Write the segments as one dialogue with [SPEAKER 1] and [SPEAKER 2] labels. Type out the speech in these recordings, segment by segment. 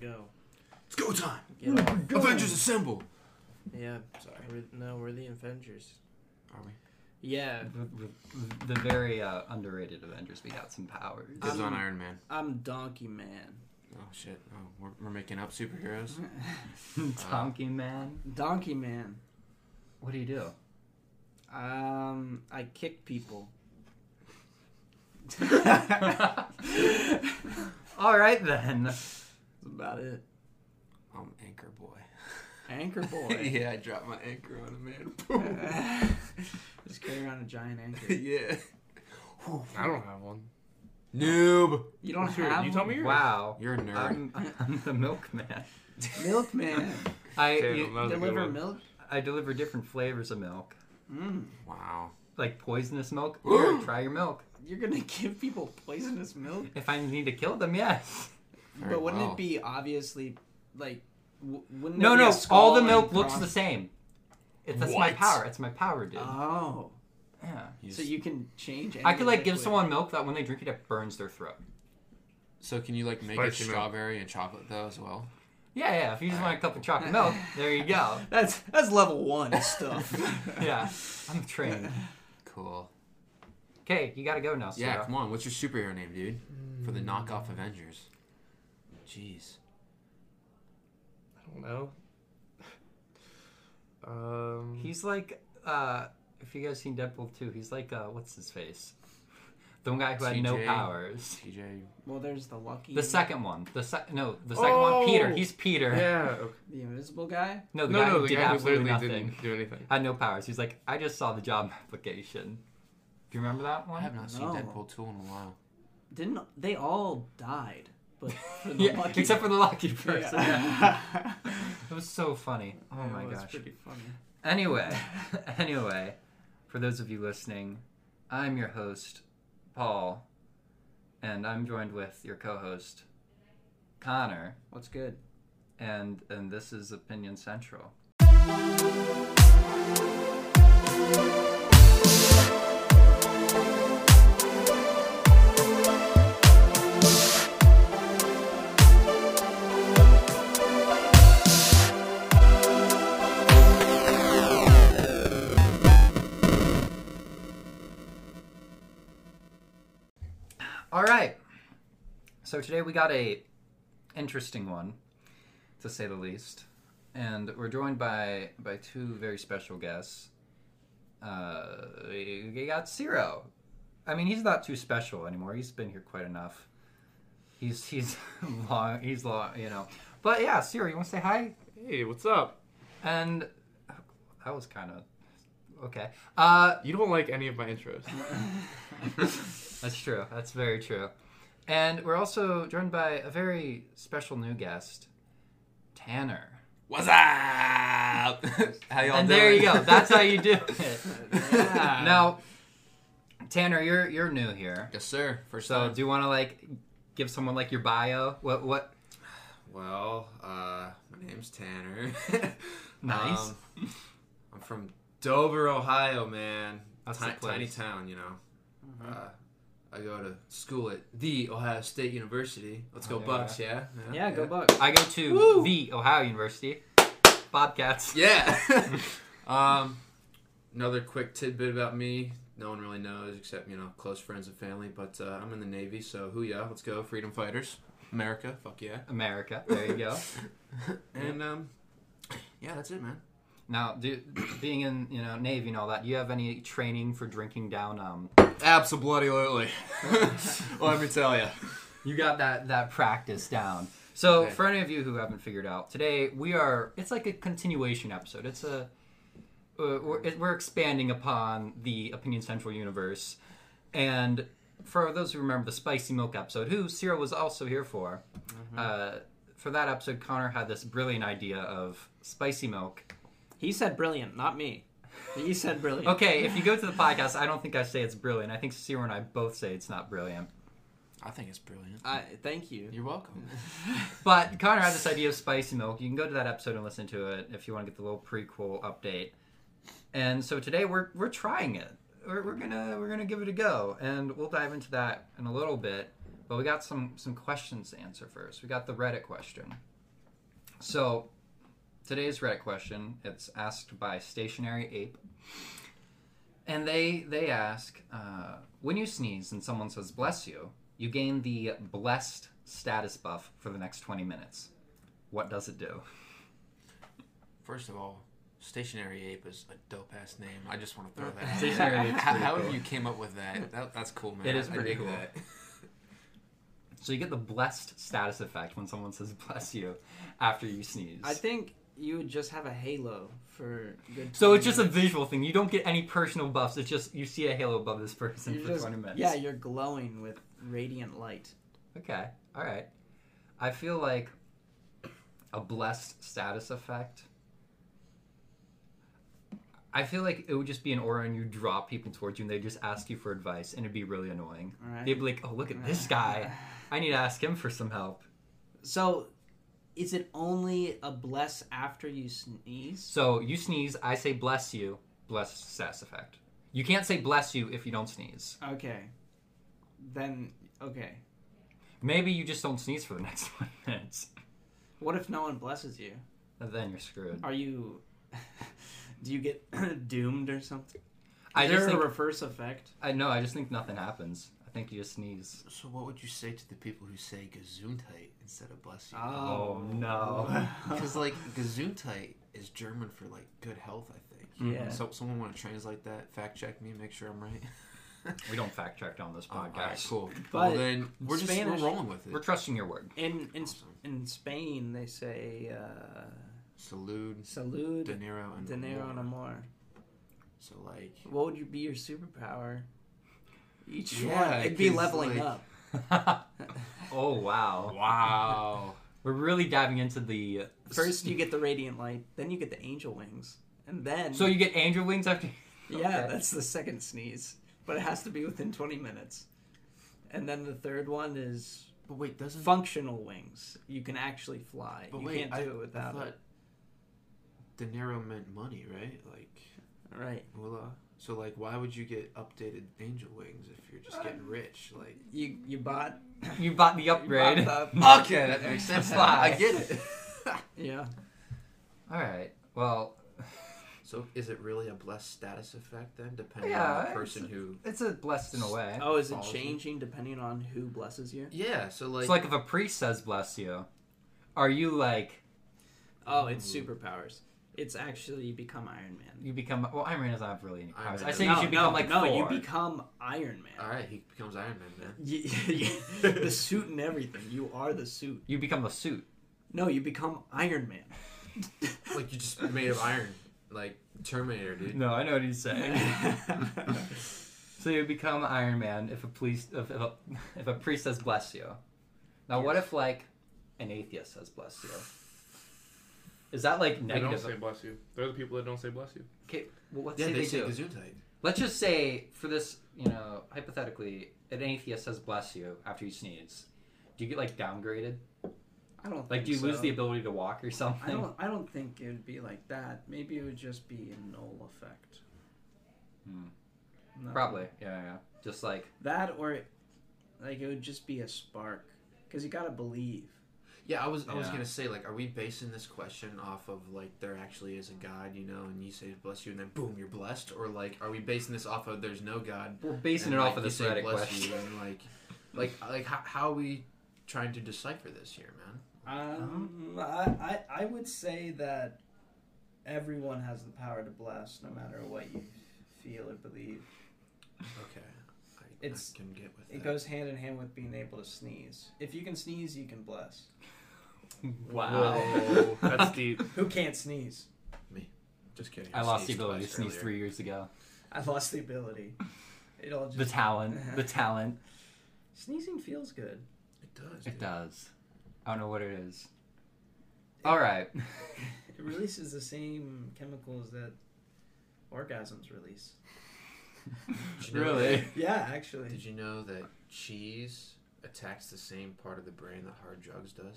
[SPEAKER 1] go.
[SPEAKER 2] It's go time.
[SPEAKER 1] Yeah,
[SPEAKER 2] Avengers assemble.
[SPEAKER 1] yeah.
[SPEAKER 2] Sorry.
[SPEAKER 1] We're, no, we're the Avengers.
[SPEAKER 2] Are we?
[SPEAKER 1] Yeah,
[SPEAKER 3] The, the- the very uh, underrated Avengers. We got some powers.
[SPEAKER 2] Dibs
[SPEAKER 1] Um,
[SPEAKER 2] on Iron Man.
[SPEAKER 1] I'm Donkey Man.
[SPEAKER 2] Oh shit. Oh, we're, we're making up superheroes.
[SPEAKER 3] Donkey Man.
[SPEAKER 1] Donkey Man.
[SPEAKER 3] What do you do?
[SPEAKER 1] Um, I kick people.
[SPEAKER 3] All right then.
[SPEAKER 1] That's about it.
[SPEAKER 2] I'm Anchor Boy.
[SPEAKER 1] Anchor boy.
[SPEAKER 2] yeah, I dropped my anchor on a man. Boom.
[SPEAKER 1] Just carry around a giant anchor.
[SPEAKER 2] yeah.
[SPEAKER 4] I don't have one.
[SPEAKER 2] Noob.
[SPEAKER 1] You don't
[SPEAKER 4] What's your-
[SPEAKER 1] have
[SPEAKER 4] you tell me yours.
[SPEAKER 3] Wow.
[SPEAKER 2] You're a nerd.
[SPEAKER 3] I'm, I'm the milkman.
[SPEAKER 1] milkman.
[SPEAKER 3] I
[SPEAKER 4] Damn,
[SPEAKER 3] you-
[SPEAKER 4] that was a good
[SPEAKER 1] Deliver
[SPEAKER 4] one.
[SPEAKER 1] milk.
[SPEAKER 3] I deliver different flavors of milk,
[SPEAKER 1] Mm.
[SPEAKER 2] wow.
[SPEAKER 3] like poisonous milk. Here, try your milk.
[SPEAKER 1] You're gonna give people poisonous milk.
[SPEAKER 3] If I need to kill them, yes.
[SPEAKER 2] Very
[SPEAKER 1] but wouldn't
[SPEAKER 2] well.
[SPEAKER 1] it be obviously like? W- wouldn't
[SPEAKER 3] No,
[SPEAKER 1] there be a
[SPEAKER 3] no. All the
[SPEAKER 1] skull
[SPEAKER 3] milk
[SPEAKER 1] and
[SPEAKER 3] looks the
[SPEAKER 1] broth-
[SPEAKER 3] same. It, that's my
[SPEAKER 2] What?
[SPEAKER 3] power. It's my power, dude.
[SPEAKER 1] Oh,
[SPEAKER 3] yeah.
[SPEAKER 2] He's-
[SPEAKER 1] so you can change.
[SPEAKER 3] I
[SPEAKER 1] any
[SPEAKER 3] could like give
[SPEAKER 1] liquid.
[SPEAKER 3] someone milk that when they drink it, it burns their throat.
[SPEAKER 2] So can you like make it
[SPEAKER 4] Spicy milk.
[SPEAKER 2] strawberry and chocolate though as well?
[SPEAKER 3] Yeah, yeah. If you just want a cup of chocolate milk, there you go.
[SPEAKER 1] That's that's level one stuff.
[SPEAKER 3] Yeah, I'm trained.
[SPEAKER 2] Cool.
[SPEAKER 3] Okay, you gotta go now. Sarah.
[SPEAKER 2] Yeah, come on. What's your superhero name, dude? For the
[SPEAKER 1] Mm.
[SPEAKER 2] knockoff Avengers. Jeez.
[SPEAKER 4] I don't know. Um,
[SPEAKER 3] He's like, uh, if you guys seen Deadpool 2, he's like, uh, what's his face? The one guy who had no
[SPEAKER 2] TJ.
[SPEAKER 3] powers.
[SPEAKER 2] TJ.
[SPEAKER 1] Well, there's the lucky.
[SPEAKER 3] The second one. The sec- no, the second one. Peter.
[SPEAKER 4] Oh!
[SPEAKER 3] He's Peter.
[SPEAKER 4] yeah. Okay.
[SPEAKER 1] The invisible guy.
[SPEAKER 3] No, the
[SPEAKER 4] No,
[SPEAKER 3] guy
[SPEAKER 4] no,
[SPEAKER 3] who
[SPEAKER 4] the
[SPEAKER 3] did
[SPEAKER 4] guy who
[SPEAKER 3] absolutely
[SPEAKER 4] literally
[SPEAKER 3] nothing.
[SPEAKER 4] didn't do anything.
[SPEAKER 3] Had no powers. He's like, I just saw the job application. Do you remember that
[SPEAKER 2] I
[SPEAKER 3] one?
[SPEAKER 2] have not seen
[SPEAKER 1] No.
[SPEAKER 2] Deadpool 2 in a while.
[SPEAKER 1] Didn't they all died? But for the
[SPEAKER 3] Yeah,
[SPEAKER 1] lucky.
[SPEAKER 3] except for the lucky person. Yeah.
[SPEAKER 1] Yeah.
[SPEAKER 3] It was so funny. Oh
[SPEAKER 1] Yeah,
[SPEAKER 3] my
[SPEAKER 1] well, it's
[SPEAKER 3] gosh.
[SPEAKER 1] pretty funny.
[SPEAKER 3] Anyway, anyway, for those of you listening, I'm your host, Paul, and I'm joined with your co-host, Connor,
[SPEAKER 1] What's good?
[SPEAKER 3] and and this is Opinion Central. All right. So today we got a interesting one, to say the least, and we're joined by by two very special guests. Uh, we got Ciro. I mean, he's not too special anymore. He's been here quite enough. He's he's long. He's long. You know. But yeah, Ciro, you want to say hi?
[SPEAKER 4] Hey, what's up?
[SPEAKER 3] And that was kind of okay. Uh,
[SPEAKER 4] You don't like any of my intros.
[SPEAKER 3] That's true. That's very true. And we're also joined by a very special new guest, Tanner.
[SPEAKER 2] What's up? how y'all doing?
[SPEAKER 3] and there you go. That's how you do it. Now, Tanner, you're you're new here.
[SPEAKER 2] yes, sir. First
[SPEAKER 3] So,
[SPEAKER 2] time.
[SPEAKER 3] do you want to like give someone like your bio? What what?
[SPEAKER 2] Well, uh, my name's Tanner.
[SPEAKER 3] Nice.
[SPEAKER 2] Um, I'm from Dover, Ohio, man.
[SPEAKER 3] That's
[SPEAKER 2] Ti-
[SPEAKER 3] the place. Mm-hmm.
[SPEAKER 2] Tiny town, you know. Uh, I go to school at the Ohio State University. Let's go
[SPEAKER 3] Oh, yeah.
[SPEAKER 2] Bucks, yeah?
[SPEAKER 1] Yeah, go Bucks.
[SPEAKER 3] I go to
[SPEAKER 2] Woo!
[SPEAKER 3] the Ohio University Bobcats.
[SPEAKER 2] Yeah. um, another quick tidbit about me. No one really knows except you know close friends and family. But uh, I'm in the Navy, so hoo yeah, let's go, freedom fighters, America, fuck yeah.
[SPEAKER 3] America. There you go.
[SPEAKER 2] And um, yeah, that's it, man.
[SPEAKER 3] now, do, being in you know Navy and all that, do you have any training for drinking down? Um,
[SPEAKER 2] Absolutely. Let me tell you.
[SPEAKER 3] You got that that practice down. So
[SPEAKER 2] Okay.
[SPEAKER 3] for any of you who haven't figured out, today we are it's like a continuation episode. It's a uh, we're, it- we're expanding upon the Opinion Central universe, and for those who remember the spicy milk episode, who Cyril was also here for, uh, for that episode, Connor had this brilliant idea of spicy milk.
[SPEAKER 1] He said brilliant, not me. He said brilliant.
[SPEAKER 3] Okay, if you go to the podcast, I don't think I say it's brilliant. I think Cyril and I both say it's not brilliant.
[SPEAKER 2] I think it's brilliant.
[SPEAKER 1] I, thank you.
[SPEAKER 2] You're welcome.
[SPEAKER 3] But Connor had this idea of spicy milk. You can go to that episode and listen to it if you want to get the little prequel update. And so today we're we're trying it. We're, we're gonna we're gonna give it a go, and we'll dive into that in a little bit. But we got some some questions to answer first. We got the Reddit question. So today's Reddit question it's asked by Stationary Ape, and they they ask uh, when you sneeze and someone says "bless you," you gain the blessed status buff for the next twenty minutes. What does it do?
[SPEAKER 2] First of all, Stationary Ape is a dope ass name. I just want to throw that. out
[SPEAKER 3] Stationary
[SPEAKER 2] there.
[SPEAKER 3] Ape's
[SPEAKER 2] How,
[SPEAKER 3] pretty
[SPEAKER 2] how
[SPEAKER 3] cool.
[SPEAKER 2] you came up with that? that that's cool, man.
[SPEAKER 3] It is
[SPEAKER 2] I
[SPEAKER 3] pretty
[SPEAKER 2] dig
[SPEAKER 3] cool.
[SPEAKER 2] that.
[SPEAKER 3] So you get the blessed status effect when someone says "bless you" after you sneeze.
[SPEAKER 1] I think you would just have a halo for good.
[SPEAKER 3] so
[SPEAKER 1] 20
[SPEAKER 3] it's just a
[SPEAKER 1] minutes.
[SPEAKER 3] visual thing. You don't get any personal buffs. It's just you see a halo above this person
[SPEAKER 1] You're
[SPEAKER 3] for
[SPEAKER 1] just-
[SPEAKER 3] twenty minutes.
[SPEAKER 1] Yeah, you're glowing with radiant light.
[SPEAKER 3] Okay. All right. I feel like a blessed status effect. I feel like it would just be an aura and you draw people towards you and they just ask you for advice and it'd be really annoying.
[SPEAKER 1] All right.
[SPEAKER 3] They'd be like, oh, look at this guy. I need to ask him for some help.
[SPEAKER 1] So, is it only a bless after you sneeze?
[SPEAKER 3] So you sneeze, I say bless you, blessed status effect. You can't say bless you if you don't sneeze.
[SPEAKER 1] Okay. Then okay.
[SPEAKER 3] Maybe you just don't sneeze for the next 20 minutes.
[SPEAKER 1] What if no one blesses you?
[SPEAKER 3] Then you're screwed.
[SPEAKER 1] Are you? Do you get doomed or something?
[SPEAKER 3] I
[SPEAKER 1] Is there
[SPEAKER 3] just
[SPEAKER 1] a
[SPEAKER 3] think,
[SPEAKER 1] reverse effect?
[SPEAKER 3] I know, I just think nothing happens. I think you just sneeze.
[SPEAKER 2] So, what would you say to the people who say Gesundheit instead of bless you?
[SPEAKER 3] Oh, no.
[SPEAKER 2] Because like Gesundheit is German for like good health, I think.
[SPEAKER 1] Yeah.
[SPEAKER 2] So someone want to translate that? Fact check me, make sure I'm right.
[SPEAKER 3] We don't fact check on this
[SPEAKER 2] Oh, all
[SPEAKER 3] podcast.
[SPEAKER 2] right, cool.
[SPEAKER 1] But
[SPEAKER 2] well then we're just
[SPEAKER 1] Spanish-
[SPEAKER 2] we're rolling with
[SPEAKER 3] We're
[SPEAKER 2] it.
[SPEAKER 3] trusting your word.
[SPEAKER 1] In in S-
[SPEAKER 2] Awesome.
[SPEAKER 1] in Spain, they say uh,
[SPEAKER 2] Salud,
[SPEAKER 1] salud,
[SPEAKER 2] De Niro, and
[SPEAKER 1] dinero,
[SPEAKER 2] amor.
[SPEAKER 1] and amor.
[SPEAKER 2] So like,
[SPEAKER 1] What would you be your superpower? Each
[SPEAKER 2] Yeah,
[SPEAKER 1] one, it'd be
[SPEAKER 2] 'cause,
[SPEAKER 1] leveling
[SPEAKER 2] like-
[SPEAKER 1] up.
[SPEAKER 3] oh wow,
[SPEAKER 2] wow.
[SPEAKER 3] we're really diving into the
[SPEAKER 1] First, you get the radiant light, then you get the angel wings, and then
[SPEAKER 3] So you get angel wings after.
[SPEAKER 1] Yeah,
[SPEAKER 3] Okay.
[SPEAKER 1] that's the second sneeze, but it has to be within 20 minutes. And then the third one is
[SPEAKER 2] But wait, doesn't
[SPEAKER 1] functional wings. You can actually fly.
[SPEAKER 2] But
[SPEAKER 1] you
[SPEAKER 2] wait,
[SPEAKER 1] can't do
[SPEAKER 2] I,
[SPEAKER 1] it
[SPEAKER 2] I
[SPEAKER 1] without
[SPEAKER 2] thought
[SPEAKER 1] it.
[SPEAKER 2] De Niro meant money, right? Like,
[SPEAKER 1] Right.
[SPEAKER 2] voila. So like, why would you get updated angel wings if you're
[SPEAKER 1] Uh,
[SPEAKER 2] just getting rich? Like,
[SPEAKER 1] You you bought
[SPEAKER 3] You bought the upgrade.
[SPEAKER 1] You bought the-
[SPEAKER 2] okay, that makes sense. now.
[SPEAKER 3] Fly.
[SPEAKER 2] I get it.
[SPEAKER 1] yeah.
[SPEAKER 3] All right. Well,
[SPEAKER 2] so is it really a blessed status effect then, depending on
[SPEAKER 3] Yeah,
[SPEAKER 2] the person
[SPEAKER 3] it's-
[SPEAKER 2] who?
[SPEAKER 3] it's a blessed in a way.
[SPEAKER 1] Oh, is it
[SPEAKER 2] Follows you.
[SPEAKER 1] changing depending on who blesses you?
[SPEAKER 2] Yeah. So like,
[SPEAKER 3] It's like if a priest says "bless you," are you like
[SPEAKER 1] Oh, it's
[SPEAKER 2] Ooh.
[SPEAKER 1] superpowers. It's actually you become Iron Man.
[SPEAKER 3] you become? Well, Iron Man doesn't have really any
[SPEAKER 2] Iron
[SPEAKER 3] powers.
[SPEAKER 2] Man
[SPEAKER 3] I
[SPEAKER 2] doesn't-
[SPEAKER 3] say you
[SPEAKER 1] no,
[SPEAKER 3] should
[SPEAKER 1] no,
[SPEAKER 3] become like
[SPEAKER 1] no,
[SPEAKER 3] Thor. Uh,
[SPEAKER 1] you become Iron Man.
[SPEAKER 2] all right, he becomes Iron Man, man.
[SPEAKER 1] Y- y- the suit and everything. You are the suit.
[SPEAKER 3] you become a suit.
[SPEAKER 1] No, you become Iron Man.
[SPEAKER 2] Like you just made of iron, like Terminator, dude.
[SPEAKER 3] No, I know what he's So you become Iron Man if a priest if, if, a, if a priest says bless you. Now what if like an atheist says bless you? Is that like
[SPEAKER 4] They don't
[SPEAKER 3] negative?
[SPEAKER 4] say bless you. They're the people that don't say bless you.
[SPEAKER 3] okay, well, let's
[SPEAKER 2] yeah,
[SPEAKER 3] say
[SPEAKER 2] they,
[SPEAKER 3] they,
[SPEAKER 2] say
[SPEAKER 3] do.
[SPEAKER 2] Gesundheit.
[SPEAKER 3] Let's just say for this, you know, hypothetically, an atheist says bless you after you sneeze. Do you get like downgraded?
[SPEAKER 1] I don't think
[SPEAKER 3] Like, do you lose
[SPEAKER 1] so.
[SPEAKER 3] the ability to walk or
[SPEAKER 1] I
[SPEAKER 3] something?
[SPEAKER 1] don't. I don't think it would be like that. Maybe it would just be a null effect.
[SPEAKER 3] Hmm.
[SPEAKER 1] No.
[SPEAKER 3] Probably. Yeah, yeah. Just like
[SPEAKER 1] that, or it- like it would just be a spark, because you gotta believe.
[SPEAKER 2] Yeah, I was I was
[SPEAKER 3] Yeah.
[SPEAKER 2] gonna say like, are we basing this question off of like there actually is a God, you know, and you say bless you, and then boom, you're blessed, or like are we basing this off of there's no God?
[SPEAKER 3] we're basing
[SPEAKER 2] and,
[SPEAKER 3] it
[SPEAKER 2] like,
[SPEAKER 3] off of
[SPEAKER 2] you
[SPEAKER 3] this
[SPEAKER 2] say
[SPEAKER 3] Reddit
[SPEAKER 2] bless
[SPEAKER 3] question.
[SPEAKER 2] You, and like, like like how, how are we trying to decipher this here, man?
[SPEAKER 1] Um, I, I, I would say that everyone has the power to bless, no matter what you feel or believe.
[SPEAKER 2] Okay, I,
[SPEAKER 1] It's-
[SPEAKER 2] I can get with
[SPEAKER 1] It
[SPEAKER 2] that.
[SPEAKER 1] goes hand in hand with being able to sneeze. If you can sneeze, you can bless.
[SPEAKER 3] Wow.
[SPEAKER 4] Whoa, that's deep.
[SPEAKER 1] Who can't sneeze?
[SPEAKER 2] Just kidding.
[SPEAKER 3] I lost the
[SPEAKER 2] sneezed
[SPEAKER 3] ability to
[SPEAKER 2] twice
[SPEAKER 3] sneeze
[SPEAKER 2] earlier.
[SPEAKER 3] three years ago.
[SPEAKER 1] I lost the ability. It all
[SPEAKER 3] The
[SPEAKER 1] just
[SPEAKER 3] talent. The talent.
[SPEAKER 1] sneezing feels good.
[SPEAKER 2] It does.
[SPEAKER 3] It
[SPEAKER 2] dude.
[SPEAKER 3] does. I don't know what it is. All right.
[SPEAKER 1] It releases the same chemicals that orgasms release.
[SPEAKER 2] Did you know
[SPEAKER 3] really?
[SPEAKER 2] that-
[SPEAKER 1] Yeah, actually.
[SPEAKER 2] Did you know that cheese attacks the same part of the brain that hard drugs does?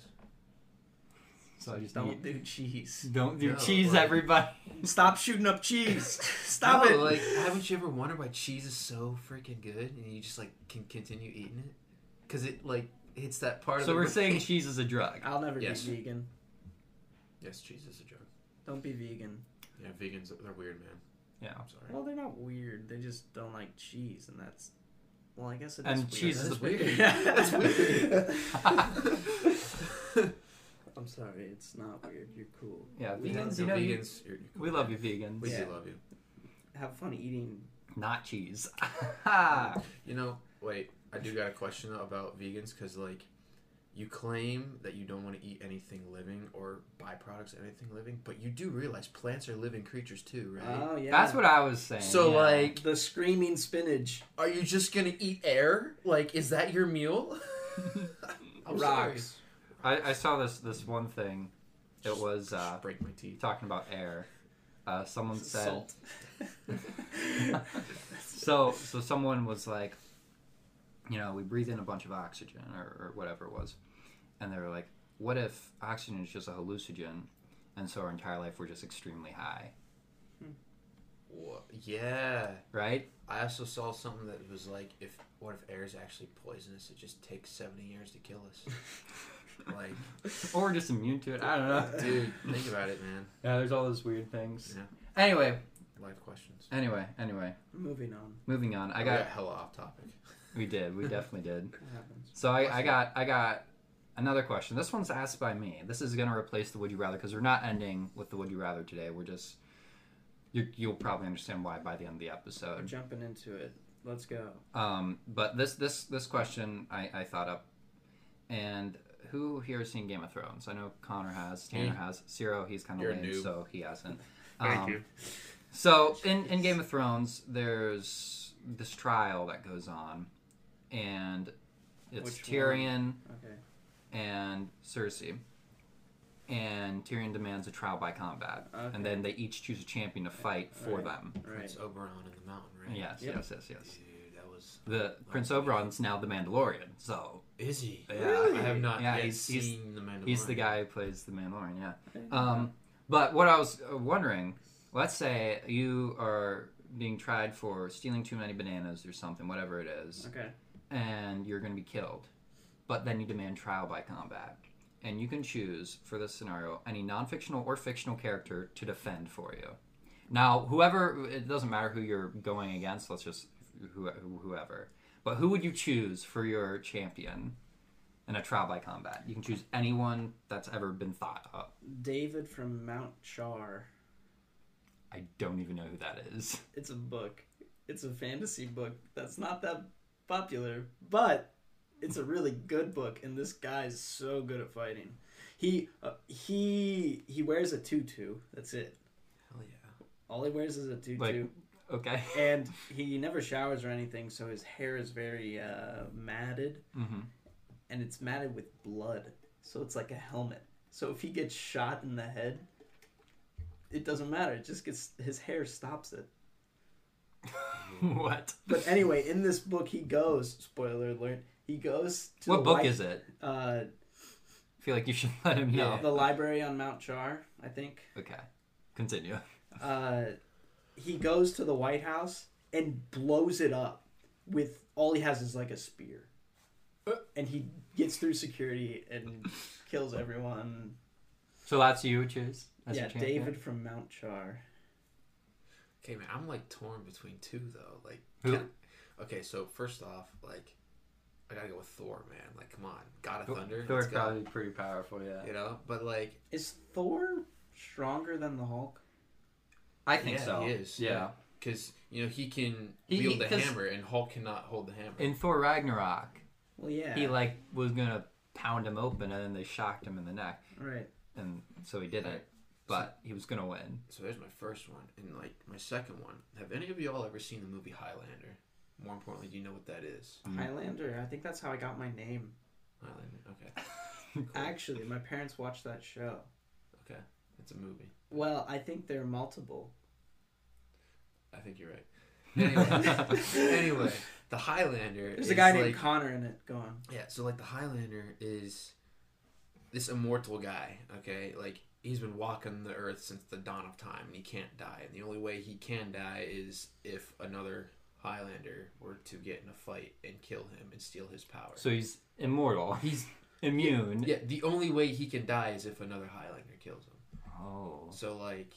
[SPEAKER 3] So I just
[SPEAKER 1] Don't
[SPEAKER 3] don't
[SPEAKER 1] do cheese.
[SPEAKER 3] don't do
[SPEAKER 2] No,
[SPEAKER 3] cheese,
[SPEAKER 2] like-
[SPEAKER 3] everybody.
[SPEAKER 1] Stop shooting up cheese. Stop
[SPEAKER 2] No,
[SPEAKER 1] it.
[SPEAKER 2] Like, haven't you ever wondered why cheese is so freaking good and you just like can continue eating it? Because it like hits that part of
[SPEAKER 3] So
[SPEAKER 2] the
[SPEAKER 3] we're
[SPEAKER 2] brain.
[SPEAKER 3] saying cheese is a drug.
[SPEAKER 1] I'll never
[SPEAKER 2] Yes.
[SPEAKER 1] be vegan.
[SPEAKER 2] Yes, cheese is a joke.
[SPEAKER 1] Don't be vegan.
[SPEAKER 2] Yeah, vegans they're weird, man.
[SPEAKER 3] Yeah.
[SPEAKER 2] I'm sorry.
[SPEAKER 1] Well, they're not weird. They just don't like cheese, and that's. Well, I guess it is
[SPEAKER 3] And
[SPEAKER 1] weird.
[SPEAKER 3] cheese is
[SPEAKER 2] That's
[SPEAKER 3] weird.
[SPEAKER 2] weird.
[SPEAKER 1] Yeah.
[SPEAKER 2] That's weird.
[SPEAKER 1] I'm sorry, it's not weird. You're cool.
[SPEAKER 3] Yeah,
[SPEAKER 1] We
[SPEAKER 3] vegans,
[SPEAKER 1] love
[SPEAKER 3] you
[SPEAKER 2] No,
[SPEAKER 3] know, you-
[SPEAKER 2] vegans. You're, you're cool.
[SPEAKER 3] we love you, vegans.
[SPEAKER 2] We
[SPEAKER 1] Yeah.
[SPEAKER 2] do love you.
[SPEAKER 1] Have fun eating.
[SPEAKER 3] Not cheese.
[SPEAKER 2] You know, wait, I do got a question though about vegans because like, you claim that you don't want to eat anything living or byproducts of anything living, but you do realize plants are living creatures too, right?
[SPEAKER 1] Oh yeah.
[SPEAKER 3] That's what I was saying.
[SPEAKER 2] so
[SPEAKER 3] yeah.
[SPEAKER 2] like,
[SPEAKER 1] the screaming spinach.
[SPEAKER 2] are you just gonna eat air? Like, is that your meal? I'm sorry.
[SPEAKER 1] Rocks.
[SPEAKER 3] I, I saw this this one thing. It
[SPEAKER 2] Just-
[SPEAKER 3] was uh,
[SPEAKER 2] Just break my teeth.
[SPEAKER 3] talking about air. Uh, someone said
[SPEAKER 1] Salt.
[SPEAKER 3] so. So someone was like, you know, we breathe in a bunch of oxygen or, or whatever it was, and they were like, what if oxygen is just a hallucinogen, and so our entire life we're just extremely high,
[SPEAKER 2] Wha- Yeah.
[SPEAKER 3] right?
[SPEAKER 2] I also saw something that was like, if what if air is actually poisonous? It just takes seventy years to kill us. like,
[SPEAKER 3] Or we're just immune to it. I don't know,
[SPEAKER 2] dude, think about it, man.
[SPEAKER 3] Yeah, there's all those weird things.
[SPEAKER 2] Yeah.
[SPEAKER 3] Anyway,
[SPEAKER 2] Life questions.
[SPEAKER 3] anyway, anyway.
[SPEAKER 1] Moving on.
[SPEAKER 3] Moving on. I
[SPEAKER 2] We
[SPEAKER 3] got.
[SPEAKER 2] hella off topic.
[SPEAKER 3] We did. We definitely did.
[SPEAKER 1] What happens?
[SPEAKER 3] So I, I got I got another question. This one's asked by me. This is gonna replace the would you rather because we're not ending with the would you rather today. We're just you, you'll probably understand why by the end of the
[SPEAKER 1] We're
[SPEAKER 3] episode.
[SPEAKER 1] jumping into it. Let's go.
[SPEAKER 3] Um, but this this this question I, I thought up, and who here has seen Game of Thrones? I know Connor has, Tanner
[SPEAKER 2] Me.
[SPEAKER 3] has, Ciro he's kind of
[SPEAKER 2] You're a
[SPEAKER 3] lame,
[SPEAKER 2] noob.
[SPEAKER 3] so he hasn't.
[SPEAKER 4] Thank
[SPEAKER 3] Um,
[SPEAKER 4] you.
[SPEAKER 3] So in, in Game of Thrones, there's this trial that goes on, and it's
[SPEAKER 1] Which one?
[SPEAKER 3] Tyrion
[SPEAKER 1] Okay.
[SPEAKER 3] and Cersei. And Tyrion demands a trial by combat.
[SPEAKER 1] Okay.
[SPEAKER 3] And then they each choose a champion to fight for
[SPEAKER 1] Right.
[SPEAKER 3] them.
[SPEAKER 1] Right.
[SPEAKER 2] Prince Oberon in the mountain, right?
[SPEAKER 3] Yes,
[SPEAKER 1] Yep.
[SPEAKER 3] yes, yes, yes.
[SPEAKER 2] Dude, that was.
[SPEAKER 3] The Prince Oberon's now the Mandalorian, so
[SPEAKER 2] Is he?
[SPEAKER 3] Yeah.
[SPEAKER 1] Really?
[SPEAKER 2] I have not
[SPEAKER 3] Yeah,
[SPEAKER 2] yet
[SPEAKER 3] he's-
[SPEAKER 2] seen
[SPEAKER 3] he's-
[SPEAKER 2] the Mandalorian.
[SPEAKER 3] he's the guy who plays the Mandalorian, yeah.
[SPEAKER 1] Okay.
[SPEAKER 3] Um, but what I was uh, wondering, let's say you are being tried for stealing too many bananas or something, whatever it is,
[SPEAKER 1] okay.
[SPEAKER 3] and you're going to be killed. But then you demand trial by combat. And you can choose, for this scenario, any non fictional or fictional character to defend for you. Now, whoever, it doesn't matter who you're going against, let's just, who- whoever. But who would you choose for your champion in a trial by combat? You can choose anyone that's ever been thought of.
[SPEAKER 1] David from Mount Char.
[SPEAKER 3] I don't even know who that is.
[SPEAKER 1] It's a book. It's a fantasy book that's not that popular, but it's a really good book. And this guy's so good at fighting. He uh, he he wears a tutu. That's it.
[SPEAKER 2] Hell yeah.
[SPEAKER 1] All he wears is a tutu.
[SPEAKER 3] Like- Okay.
[SPEAKER 1] and he never showers or anything, so his hair is very uh, matted,
[SPEAKER 3] Mm-hmm.
[SPEAKER 1] and it's matted with blood, so it's like a helmet. So if he gets shot in the head, it doesn't matter. It just gets his hair stops it.
[SPEAKER 3] what?
[SPEAKER 1] But anyway, in this book, he goes. Spoiler alert. He goes to
[SPEAKER 3] What
[SPEAKER 1] the
[SPEAKER 3] book
[SPEAKER 1] li-
[SPEAKER 3] is it?
[SPEAKER 1] Uh,
[SPEAKER 3] I feel like you should let him know.
[SPEAKER 1] the library on Mount Char, I think.
[SPEAKER 3] Okay. Continue.
[SPEAKER 1] uh, he goes to the White House and blows it up with all he has is like a spear. And he gets through security and kills everyone.
[SPEAKER 3] So that's you would choose? as your
[SPEAKER 1] yeah,
[SPEAKER 3] champion?
[SPEAKER 1] David from Mount Char.
[SPEAKER 2] Okay, man, I'm like torn between two though. Like,
[SPEAKER 3] Who?
[SPEAKER 2] can- okay, so first off, like, I gotta go with Thor, man. Like, come on, God of
[SPEAKER 3] Thor-
[SPEAKER 2] Thunder.
[SPEAKER 3] Thor
[SPEAKER 2] let's
[SPEAKER 3] would
[SPEAKER 2] go.
[SPEAKER 3] probably be pretty powerful, yeah.
[SPEAKER 2] You know, but like,
[SPEAKER 1] Is Thor stronger than the Hulk?
[SPEAKER 3] I think
[SPEAKER 2] Yeah,
[SPEAKER 3] so.
[SPEAKER 2] he is,
[SPEAKER 3] Yeah.
[SPEAKER 2] because you know he can
[SPEAKER 3] He-
[SPEAKER 2] wield
[SPEAKER 3] he-
[SPEAKER 2] the
[SPEAKER 3] 'cause-
[SPEAKER 2] hammer, and Hulk cannot hold the hammer.
[SPEAKER 3] In Thor Ragnarok,
[SPEAKER 1] Well, yeah.
[SPEAKER 3] he like was gonna pound him open, and then they shocked him in the neck,
[SPEAKER 1] right.
[SPEAKER 3] and so he didn't.
[SPEAKER 2] Right.
[SPEAKER 3] But he was gonna win.
[SPEAKER 2] So there's my first one, and like my second one. Have any of y'all ever seen the movie Highlander? More importantly, do you know what that is?
[SPEAKER 3] Mm.
[SPEAKER 1] Highlander. I think that's how I got my name.
[SPEAKER 2] Highlander. Okay,
[SPEAKER 1] Actually, my parents watched that show.
[SPEAKER 2] okay, it's a movie.
[SPEAKER 1] Well, I think they're multiple.
[SPEAKER 2] I think you're right. Anyway, anyway the Highlander.
[SPEAKER 1] There's
[SPEAKER 2] is
[SPEAKER 1] a guy named
[SPEAKER 2] like-
[SPEAKER 1] Connor in it. Go on.
[SPEAKER 2] Yeah, so like the Highlander is this immortal guy, okay? Like he's been walking the earth since the dawn of time and he can't die. And the only way he can die is if another Highlander were to get in a fight and kill him and steal his power.
[SPEAKER 3] So he's immortal.
[SPEAKER 2] he's
[SPEAKER 3] immune.
[SPEAKER 2] Yeah, the only way he can die is if another Highlander kills him.
[SPEAKER 3] Oh.
[SPEAKER 2] So like,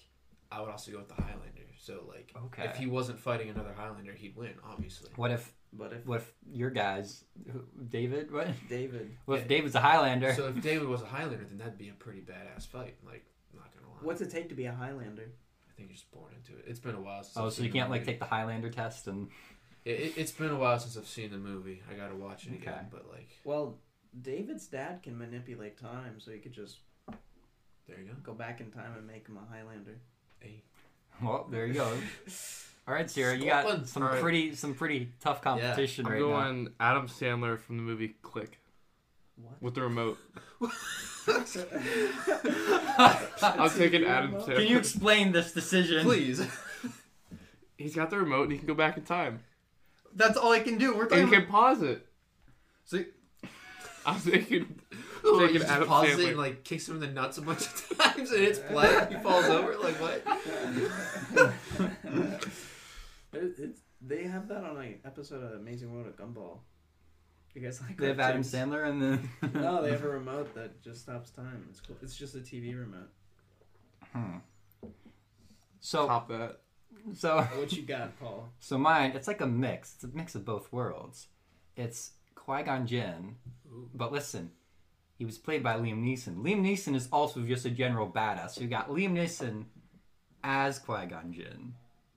[SPEAKER 2] I would also go with the Highlander. So like,
[SPEAKER 3] Okay.
[SPEAKER 2] if he wasn't fighting another Highlander, he'd win, obviously.
[SPEAKER 3] What if
[SPEAKER 1] But if
[SPEAKER 3] what if your guys, who- David? What?
[SPEAKER 1] David,
[SPEAKER 3] What
[SPEAKER 2] Yeah.
[SPEAKER 3] if David's a Highlander?
[SPEAKER 2] So if David was a Highlander, then that'd be a pretty badass fight. Like, I'm not gonna lie.
[SPEAKER 1] what's it take to be a Highlander?
[SPEAKER 2] I think you're just born into it. It's been a while since.
[SPEAKER 3] oh,
[SPEAKER 2] I've
[SPEAKER 3] so you
[SPEAKER 2] seen the
[SPEAKER 3] can't like
[SPEAKER 2] movie.
[SPEAKER 3] take the Highlander test and
[SPEAKER 2] It, it, it's been a while since I've seen the movie. I gotta watch it
[SPEAKER 3] Okay.
[SPEAKER 2] again. But like,
[SPEAKER 1] Well, David's dad can manipulate time, so he could just
[SPEAKER 2] there you go.
[SPEAKER 1] go back in time and make him a Highlander.
[SPEAKER 2] Hey.
[SPEAKER 3] well, there you go. All right, Sierra, you got
[SPEAKER 2] Scotland.
[SPEAKER 3] some
[SPEAKER 4] All right.
[SPEAKER 3] pretty some pretty tough competition
[SPEAKER 4] I'm
[SPEAKER 3] right now.
[SPEAKER 4] going Adam Sandler from the movie Click
[SPEAKER 1] What?
[SPEAKER 4] with the remote. I'm taking Adam Sandler.
[SPEAKER 3] Can you explain this decision?
[SPEAKER 2] Please.
[SPEAKER 4] He's got the remote and he can go back in time
[SPEAKER 2] That's all I can do. We're
[SPEAKER 4] and he can pause it.
[SPEAKER 2] So-
[SPEAKER 4] I'm thinking.
[SPEAKER 2] Oh,
[SPEAKER 4] Taking
[SPEAKER 2] he just
[SPEAKER 4] Adam
[SPEAKER 2] pauses it
[SPEAKER 4] Sandler.
[SPEAKER 2] and like kicks him in the nuts a bunch of times, and it's black. He falls over. Like what?
[SPEAKER 1] It- it's- they have that on an episode of Amazing World of Gumball. You guys like
[SPEAKER 3] They have
[SPEAKER 1] that,
[SPEAKER 3] Adam
[SPEAKER 1] James?
[SPEAKER 3] Sandler and then.
[SPEAKER 1] No, they have a remote that just stops time. It's cool. It's just a TV remote.
[SPEAKER 3] So
[SPEAKER 4] Top that.
[SPEAKER 3] so
[SPEAKER 1] What you got, Paul?
[SPEAKER 3] so mine. It's like a mix. It's a mix of both worlds. It's Qui Gon Jinn, but listen, he was played by Liam Neeson. Liam Neeson is also just a general badass. So you got Liam Neeson as Qui Gon Jinn.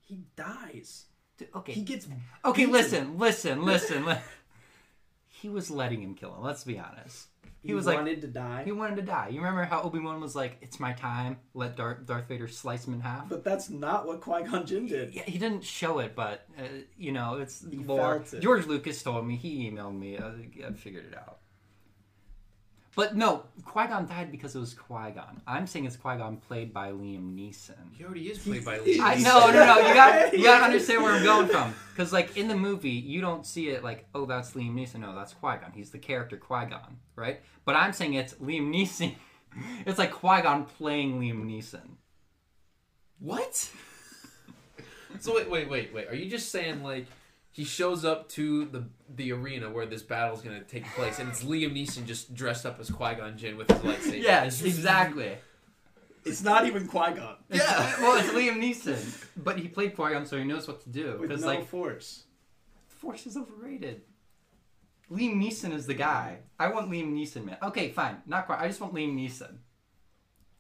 [SPEAKER 1] He dies.
[SPEAKER 3] D- Okay.
[SPEAKER 1] He gets
[SPEAKER 3] Okay,
[SPEAKER 1] beaten.
[SPEAKER 3] listen, listen, listen. li- he was letting him kill him. Let's be honest. He, was like,
[SPEAKER 1] wanted to die.
[SPEAKER 3] he wanted to die. You remember how Obi Wan was like, "It's my time. Let Darth, Darth Vader slice him in half."
[SPEAKER 1] But that's not what Qui Gon Jinn did.
[SPEAKER 3] Yeah, he didn't show it, but uh, you know, it's lore.
[SPEAKER 1] felt it.
[SPEAKER 3] George Lucas told me. He emailed me. I, I figured it out. But no, Qui Gon died because it was Qui Gon. I'm saying it's Qui Gon played by Liam Neeson.
[SPEAKER 2] He already is played by Lee.
[SPEAKER 3] I no no no you got you got to understand where I'm going from because like in the movie you don't see it like oh that's Liam Neeson no that's Qui Gon he's the character Qui Gon right but I'm saying it's Liam Neeson it's like Qui Gon playing Liam Neeson
[SPEAKER 2] What? so wait, wait, wait, wait. Are you just saying like he shows up to the the arena where this battle's gonna take place, and it's Liam Neeson just dressed up as Qui Gon Jinn with his lightsaber?
[SPEAKER 3] yes exactly
[SPEAKER 1] It's not even Qui Gon.
[SPEAKER 3] yeah well it's Liam Neeson but he played Qui Gon so he knows what to do
[SPEAKER 1] With
[SPEAKER 3] because
[SPEAKER 1] no
[SPEAKER 3] like
[SPEAKER 1] force.
[SPEAKER 3] Force is overrated. Liam Neeson is the guy. I want Liam Neeson, man. Okay, fine. Not quite. I just want Liam Neeson.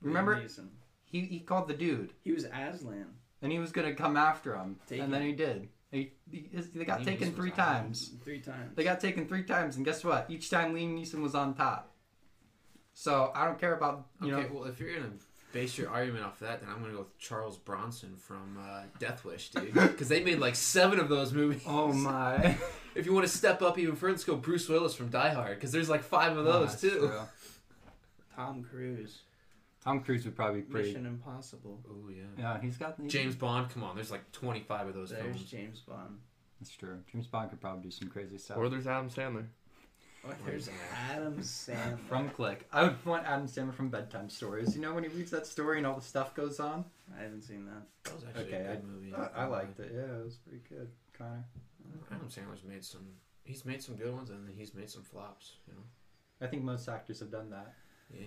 [SPEAKER 3] Remember,
[SPEAKER 1] Liam Neeson.
[SPEAKER 3] he, he called the dude,
[SPEAKER 1] He was Aslan.
[SPEAKER 3] and he was gonna come after him,
[SPEAKER 1] Take
[SPEAKER 3] and then he did. He, he- his- they got
[SPEAKER 2] Liam
[SPEAKER 3] taken
[SPEAKER 2] Neeson
[SPEAKER 3] three
[SPEAKER 2] was on.
[SPEAKER 3] times.
[SPEAKER 1] Three times.
[SPEAKER 3] They got taken three times, and guess what? Each time Liam Neeson was on top. So I don't care about
[SPEAKER 2] Okay.
[SPEAKER 3] you know.
[SPEAKER 2] Well, if you're gonna base your argument off that, then I'm gonna go with Charles Bronson from uh, Death Wish, dude, because they made like seven of those movies.
[SPEAKER 3] Oh my!
[SPEAKER 2] If you want to step up even further, let's go Bruce Willis from Die Hard, because there's like five of those
[SPEAKER 3] That's
[SPEAKER 2] too.
[SPEAKER 3] Ah, true.
[SPEAKER 1] Tom Cruise.
[SPEAKER 3] Tom Cruise would probably be pretty.
[SPEAKER 1] Mission Impossible.
[SPEAKER 2] Oh yeah.
[SPEAKER 3] Yeah, he's got he-
[SPEAKER 2] James Bond, come on. There's like 25 of those
[SPEAKER 1] There's
[SPEAKER 2] films.
[SPEAKER 1] James Bond.
[SPEAKER 3] That's true. James Bond could probably do some crazy stuff.
[SPEAKER 4] Or there's Adam Sandler.
[SPEAKER 1] Oh, there's Adam Sandler.
[SPEAKER 3] From Click. I would want Adam Sandler from Bedtime Stories. You know when he reads that story and all the stuff goes on?
[SPEAKER 1] I haven't seen that.
[SPEAKER 2] That was actually
[SPEAKER 3] Okay,
[SPEAKER 2] a good movie.
[SPEAKER 3] it. Yeah, it was pretty good. Connor.
[SPEAKER 2] Adam Sandler's made some. He's made some good ones, and then he's made some flops. You know.
[SPEAKER 3] I think most actors have done that.
[SPEAKER 2] Yeah.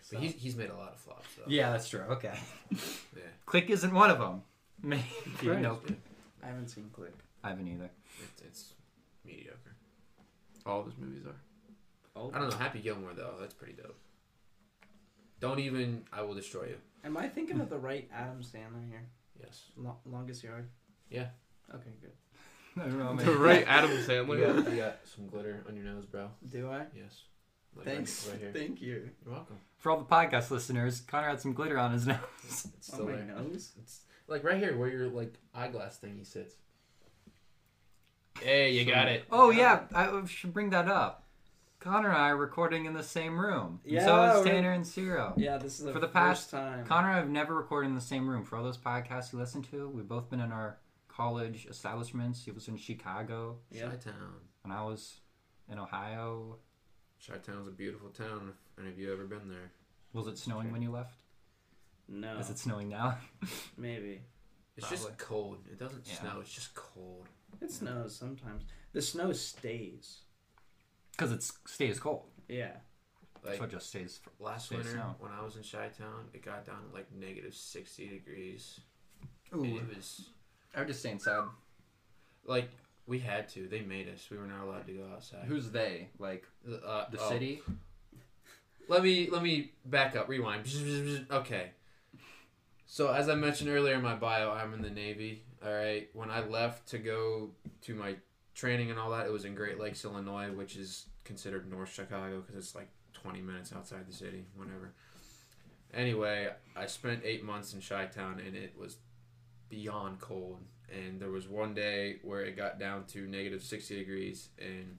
[SPEAKER 3] so-
[SPEAKER 2] But he's, he's made a lot of flops though.
[SPEAKER 3] yeah, that's true. Okay.
[SPEAKER 2] Yeah.
[SPEAKER 3] Click isn't one of them. Maybe.
[SPEAKER 4] Right.
[SPEAKER 3] Nope.
[SPEAKER 1] I haven't seen Click.
[SPEAKER 3] I haven't either.
[SPEAKER 2] It's, it's mediocre.
[SPEAKER 4] All of his movies are.
[SPEAKER 1] Oh,
[SPEAKER 2] I don't know. Happy Gilmore though. That's pretty dope. Don't even. I will destroy you.
[SPEAKER 1] am I thinking of the right Adam Sandler here?
[SPEAKER 2] Yes.
[SPEAKER 1] Lo- longest yard.
[SPEAKER 2] Yeah.
[SPEAKER 1] Okay, good.
[SPEAKER 3] I don't know,
[SPEAKER 4] The
[SPEAKER 3] maybe.
[SPEAKER 4] right Adam
[SPEAKER 2] You
[SPEAKER 4] Sandler.
[SPEAKER 2] got, you got some glitter on your nose, bro.
[SPEAKER 1] Do I?
[SPEAKER 2] Yes. Like right-
[SPEAKER 1] Thanks.
[SPEAKER 2] Right, here.
[SPEAKER 1] Thank you.
[SPEAKER 2] You're welcome.
[SPEAKER 3] For all the podcast listeners, Connor had some glitter on his nose.
[SPEAKER 2] It's
[SPEAKER 1] On
[SPEAKER 2] still
[SPEAKER 1] my
[SPEAKER 2] there.
[SPEAKER 1] nose.
[SPEAKER 2] It's like right here where your like eyeglass thingy sits. Hey, you got it.
[SPEAKER 3] Oh, yeah. I should bring that up. Connor and I are recording in the same room. And
[SPEAKER 1] Yeah,
[SPEAKER 3] so is
[SPEAKER 1] we're-
[SPEAKER 3] Tanner and Ciro.
[SPEAKER 1] Yeah, this is the
[SPEAKER 3] For the
[SPEAKER 1] first
[SPEAKER 3] past-
[SPEAKER 1] time.
[SPEAKER 3] Connor and I have never recorded in the same room. For all those podcasts you listen to, we've both been in our college establishments. He was in Chicago,
[SPEAKER 1] Yeah.
[SPEAKER 2] Chi-town.
[SPEAKER 3] and I was in Ohio.
[SPEAKER 2] Chi-town's a beautiful town. And have you ever been there?
[SPEAKER 3] Was it snowing when you left?
[SPEAKER 1] No,
[SPEAKER 3] Is it snowing now?
[SPEAKER 1] maybe
[SPEAKER 2] It's just
[SPEAKER 3] Probably.
[SPEAKER 2] cold. It doesn't
[SPEAKER 3] Yeah.
[SPEAKER 2] snow. It's just cold.
[SPEAKER 1] it snows sometimes. The snow stays.
[SPEAKER 3] Because it stays cold.
[SPEAKER 1] Yeah,
[SPEAKER 2] Like
[SPEAKER 3] so it just stays. For,
[SPEAKER 2] last
[SPEAKER 3] stays
[SPEAKER 2] winter
[SPEAKER 3] snow.
[SPEAKER 2] when I was in Chi Town, it got down to like negative sixty degrees.
[SPEAKER 3] Ooh,
[SPEAKER 2] And it was
[SPEAKER 3] I would just stay inside.
[SPEAKER 2] like we had to. They made us. We were not allowed to go outside.
[SPEAKER 3] Who's they? Like
[SPEAKER 2] uh,
[SPEAKER 3] the
[SPEAKER 2] oh.
[SPEAKER 3] city?
[SPEAKER 2] Let me let me back up. Rewind. Okay. So as I mentioned earlier in my bio, I'm in the Navy. All right. When I left to go to my training and all that, it was in Great Lakes, Illinois, which is considered North Chicago because it's like 20 minutes outside the city. Whatever. Anyway, I spent eight months in Chi Town, and it was beyond cold. And there was one day where it got down to negative 60 degrees, and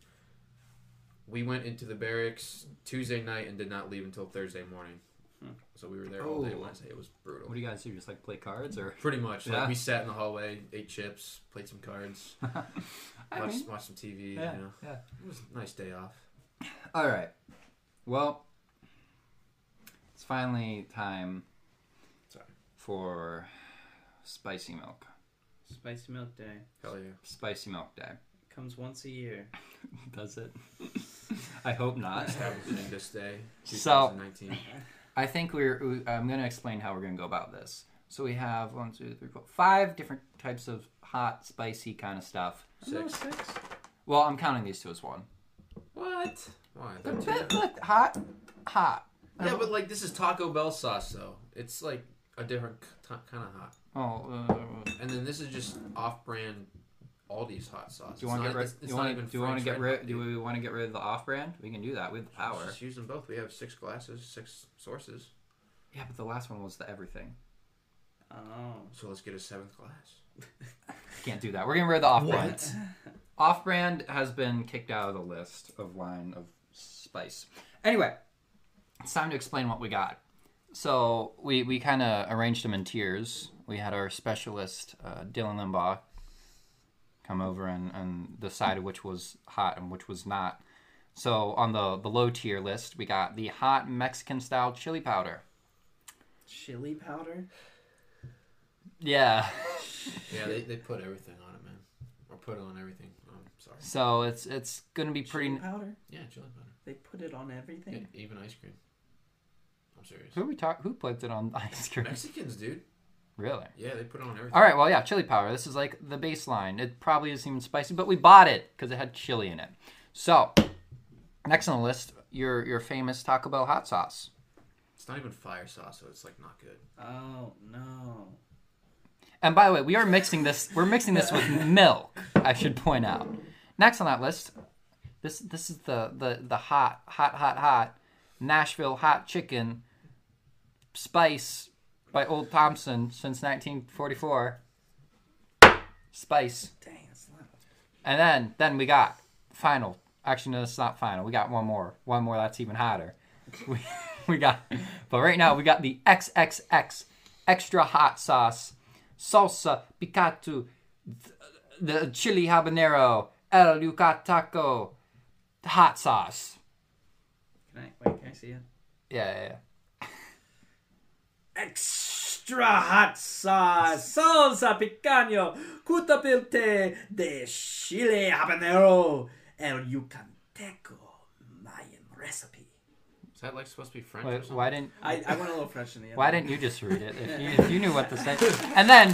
[SPEAKER 2] we went into the barracks Tuesday night and did not leave until Thursday morning.
[SPEAKER 1] Hmm.
[SPEAKER 2] So we were there all day
[SPEAKER 3] Oh.
[SPEAKER 2] Wednesday. It was brutal.
[SPEAKER 3] What do you guys do? Just like play cards or?
[SPEAKER 2] Pretty much.
[SPEAKER 3] Yeah.
[SPEAKER 2] Like we sat in the hallway, ate chips, played some cards,
[SPEAKER 3] I
[SPEAKER 2] watched,
[SPEAKER 3] mean,
[SPEAKER 2] watched some TV.
[SPEAKER 3] yeah,
[SPEAKER 2] You know,
[SPEAKER 3] yeah.
[SPEAKER 2] it was a nice day off.
[SPEAKER 3] All right. Well, it's finally time
[SPEAKER 2] Sorry.
[SPEAKER 3] for spicy milk.
[SPEAKER 1] Spicy Milk Day
[SPEAKER 2] Hell yeah.
[SPEAKER 3] Spicy milk day.
[SPEAKER 1] comes once a year.
[SPEAKER 3] Does it? I hope not.
[SPEAKER 2] Establishing this day,
[SPEAKER 3] So-
[SPEAKER 2] 2019.
[SPEAKER 3] I think we're. we- I'm going to explain how we're going to go about this. So we have one, two, three, four, five different types of hot, spicy kind of stuff.
[SPEAKER 2] Six.
[SPEAKER 3] Well, I'm counting these two as one.
[SPEAKER 2] What? Why? They're two
[SPEAKER 3] But-
[SPEAKER 2] different.
[SPEAKER 3] but hot, hot.
[SPEAKER 2] Yeah, but like this is Taco Bell sauce though. It's like a different kind of hot.
[SPEAKER 3] Oh, uh,
[SPEAKER 2] And then this is just off-brand Aldi's hot sauce.
[SPEAKER 3] do you want to
[SPEAKER 2] It's not-
[SPEAKER 3] get rid?
[SPEAKER 2] it's-
[SPEAKER 3] Do
[SPEAKER 2] it's
[SPEAKER 3] you
[SPEAKER 2] not
[SPEAKER 3] want
[SPEAKER 2] even
[SPEAKER 3] to? Do you want to
[SPEAKER 2] French
[SPEAKER 3] get
[SPEAKER 2] red hot,
[SPEAKER 3] rid? Do
[SPEAKER 2] dude.
[SPEAKER 3] we want to get rid of the off-brand? We can do that. We have the
[SPEAKER 2] Let's
[SPEAKER 3] power.
[SPEAKER 2] Just use them both. We have six glasses, six sources.
[SPEAKER 3] Yeah, but the last one was the everything.
[SPEAKER 1] Oh.
[SPEAKER 2] So let's get a seventh glass.
[SPEAKER 3] Can't do that. We're getting rid of the off-brand. Off-brand has been kicked out of the list of wine of spice. Anyway, it's time to explain what we got. So we we kind of arranged them in tiers. We had our specialist uh, Dylan Limbaugh come over and and decide which was hot and which was not. So on the the low tier list, we got the hot Mexican style chili powder.
[SPEAKER 1] Chili powder?
[SPEAKER 3] Yeah.
[SPEAKER 2] Yeah, they, they put everything on it, man. Or put on everything. I'm sorry.
[SPEAKER 3] So it's it's gonna be pretty.
[SPEAKER 1] Chili powder?
[SPEAKER 2] Yeah, chili powder.
[SPEAKER 1] They put it on everything?
[SPEAKER 2] E- Even ice cream. I'm serious.
[SPEAKER 3] Who we talk? Who puts it on ice cream?
[SPEAKER 2] Mexicans, dude.
[SPEAKER 3] Really?
[SPEAKER 2] Yeah, they put it on everything.
[SPEAKER 3] All right, well, yeah, chili powder. This is like the baseline. It probably isn't even spicy, but we bought it because it had chili in it. So, next on the list, your your famous Taco Bell hot sauce.
[SPEAKER 2] It's not even fire sauce, so it's like not good.
[SPEAKER 1] Oh, no.
[SPEAKER 3] And by the way, we are mixing this. We're mixing this with milk. I should point out. Next on that list, this this is the the the hot hot hot hot Nashville hot chicken spice by Old Thompson since 1944. Spice.
[SPEAKER 1] Dang, that's loud.
[SPEAKER 3] And then then we got final. Actually, no, it's not final. We got one more. One more that's even hotter. We we got but right now we got the XXX extra hot sauce, salsa, picatu, th- the chili habanero, el yucat taco, hot sauce.
[SPEAKER 1] Can I, wait, can I see it?
[SPEAKER 3] Yeah, yeah, yeah.
[SPEAKER 1] Extra hot sauce, salsa picano, cutapilte de chile habanero, el yucateco Mayan recipe.
[SPEAKER 2] Is that like supposed to be French? or
[SPEAKER 3] Wait,
[SPEAKER 2] something?
[SPEAKER 3] why didn't
[SPEAKER 1] I, I went a little fresh in the end.
[SPEAKER 3] why didn't you just read it if you, if you knew what to say? And then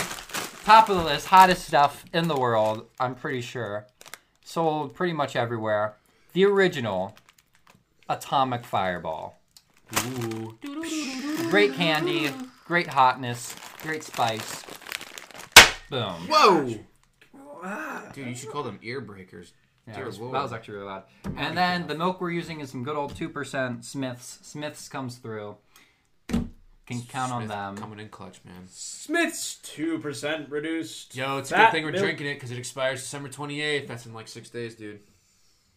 [SPEAKER 3] top of the list, hottest stuff in the world. I'm pretty sure sold pretty much everywhere. The original Atomic Fireball.
[SPEAKER 2] Ooh.
[SPEAKER 3] Great candy, great hotness, great spice. Boom.
[SPEAKER 2] Whoa!
[SPEAKER 1] Ah,
[SPEAKER 2] Dude, you should call them ear breakers.
[SPEAKER 3] Yeah,
[SPEAKER 2] Dear
[SPEAKER 3] that, was,
[SPEAKER 2] Lord.
[SPEAKER 3] that was actually really loud. And then the milk we're using is some good old 2% Smith's. Smith's comes through. Can count on
[SPEAKER 2] Smith
[SPEAKER 3] them.
[SPEAKER 2] Coming in clutch, man.
[SPEAKER 1] Smith's 2% reduced.
[SPEAKER 2] Yo, it's a
[SPEAKER 1] That
[SPEAKER 2] good thing we're
[SPEAKER 1] milk-
[SPEAKER 2] drinking it because it expires December 28th. That's in like six days, dude.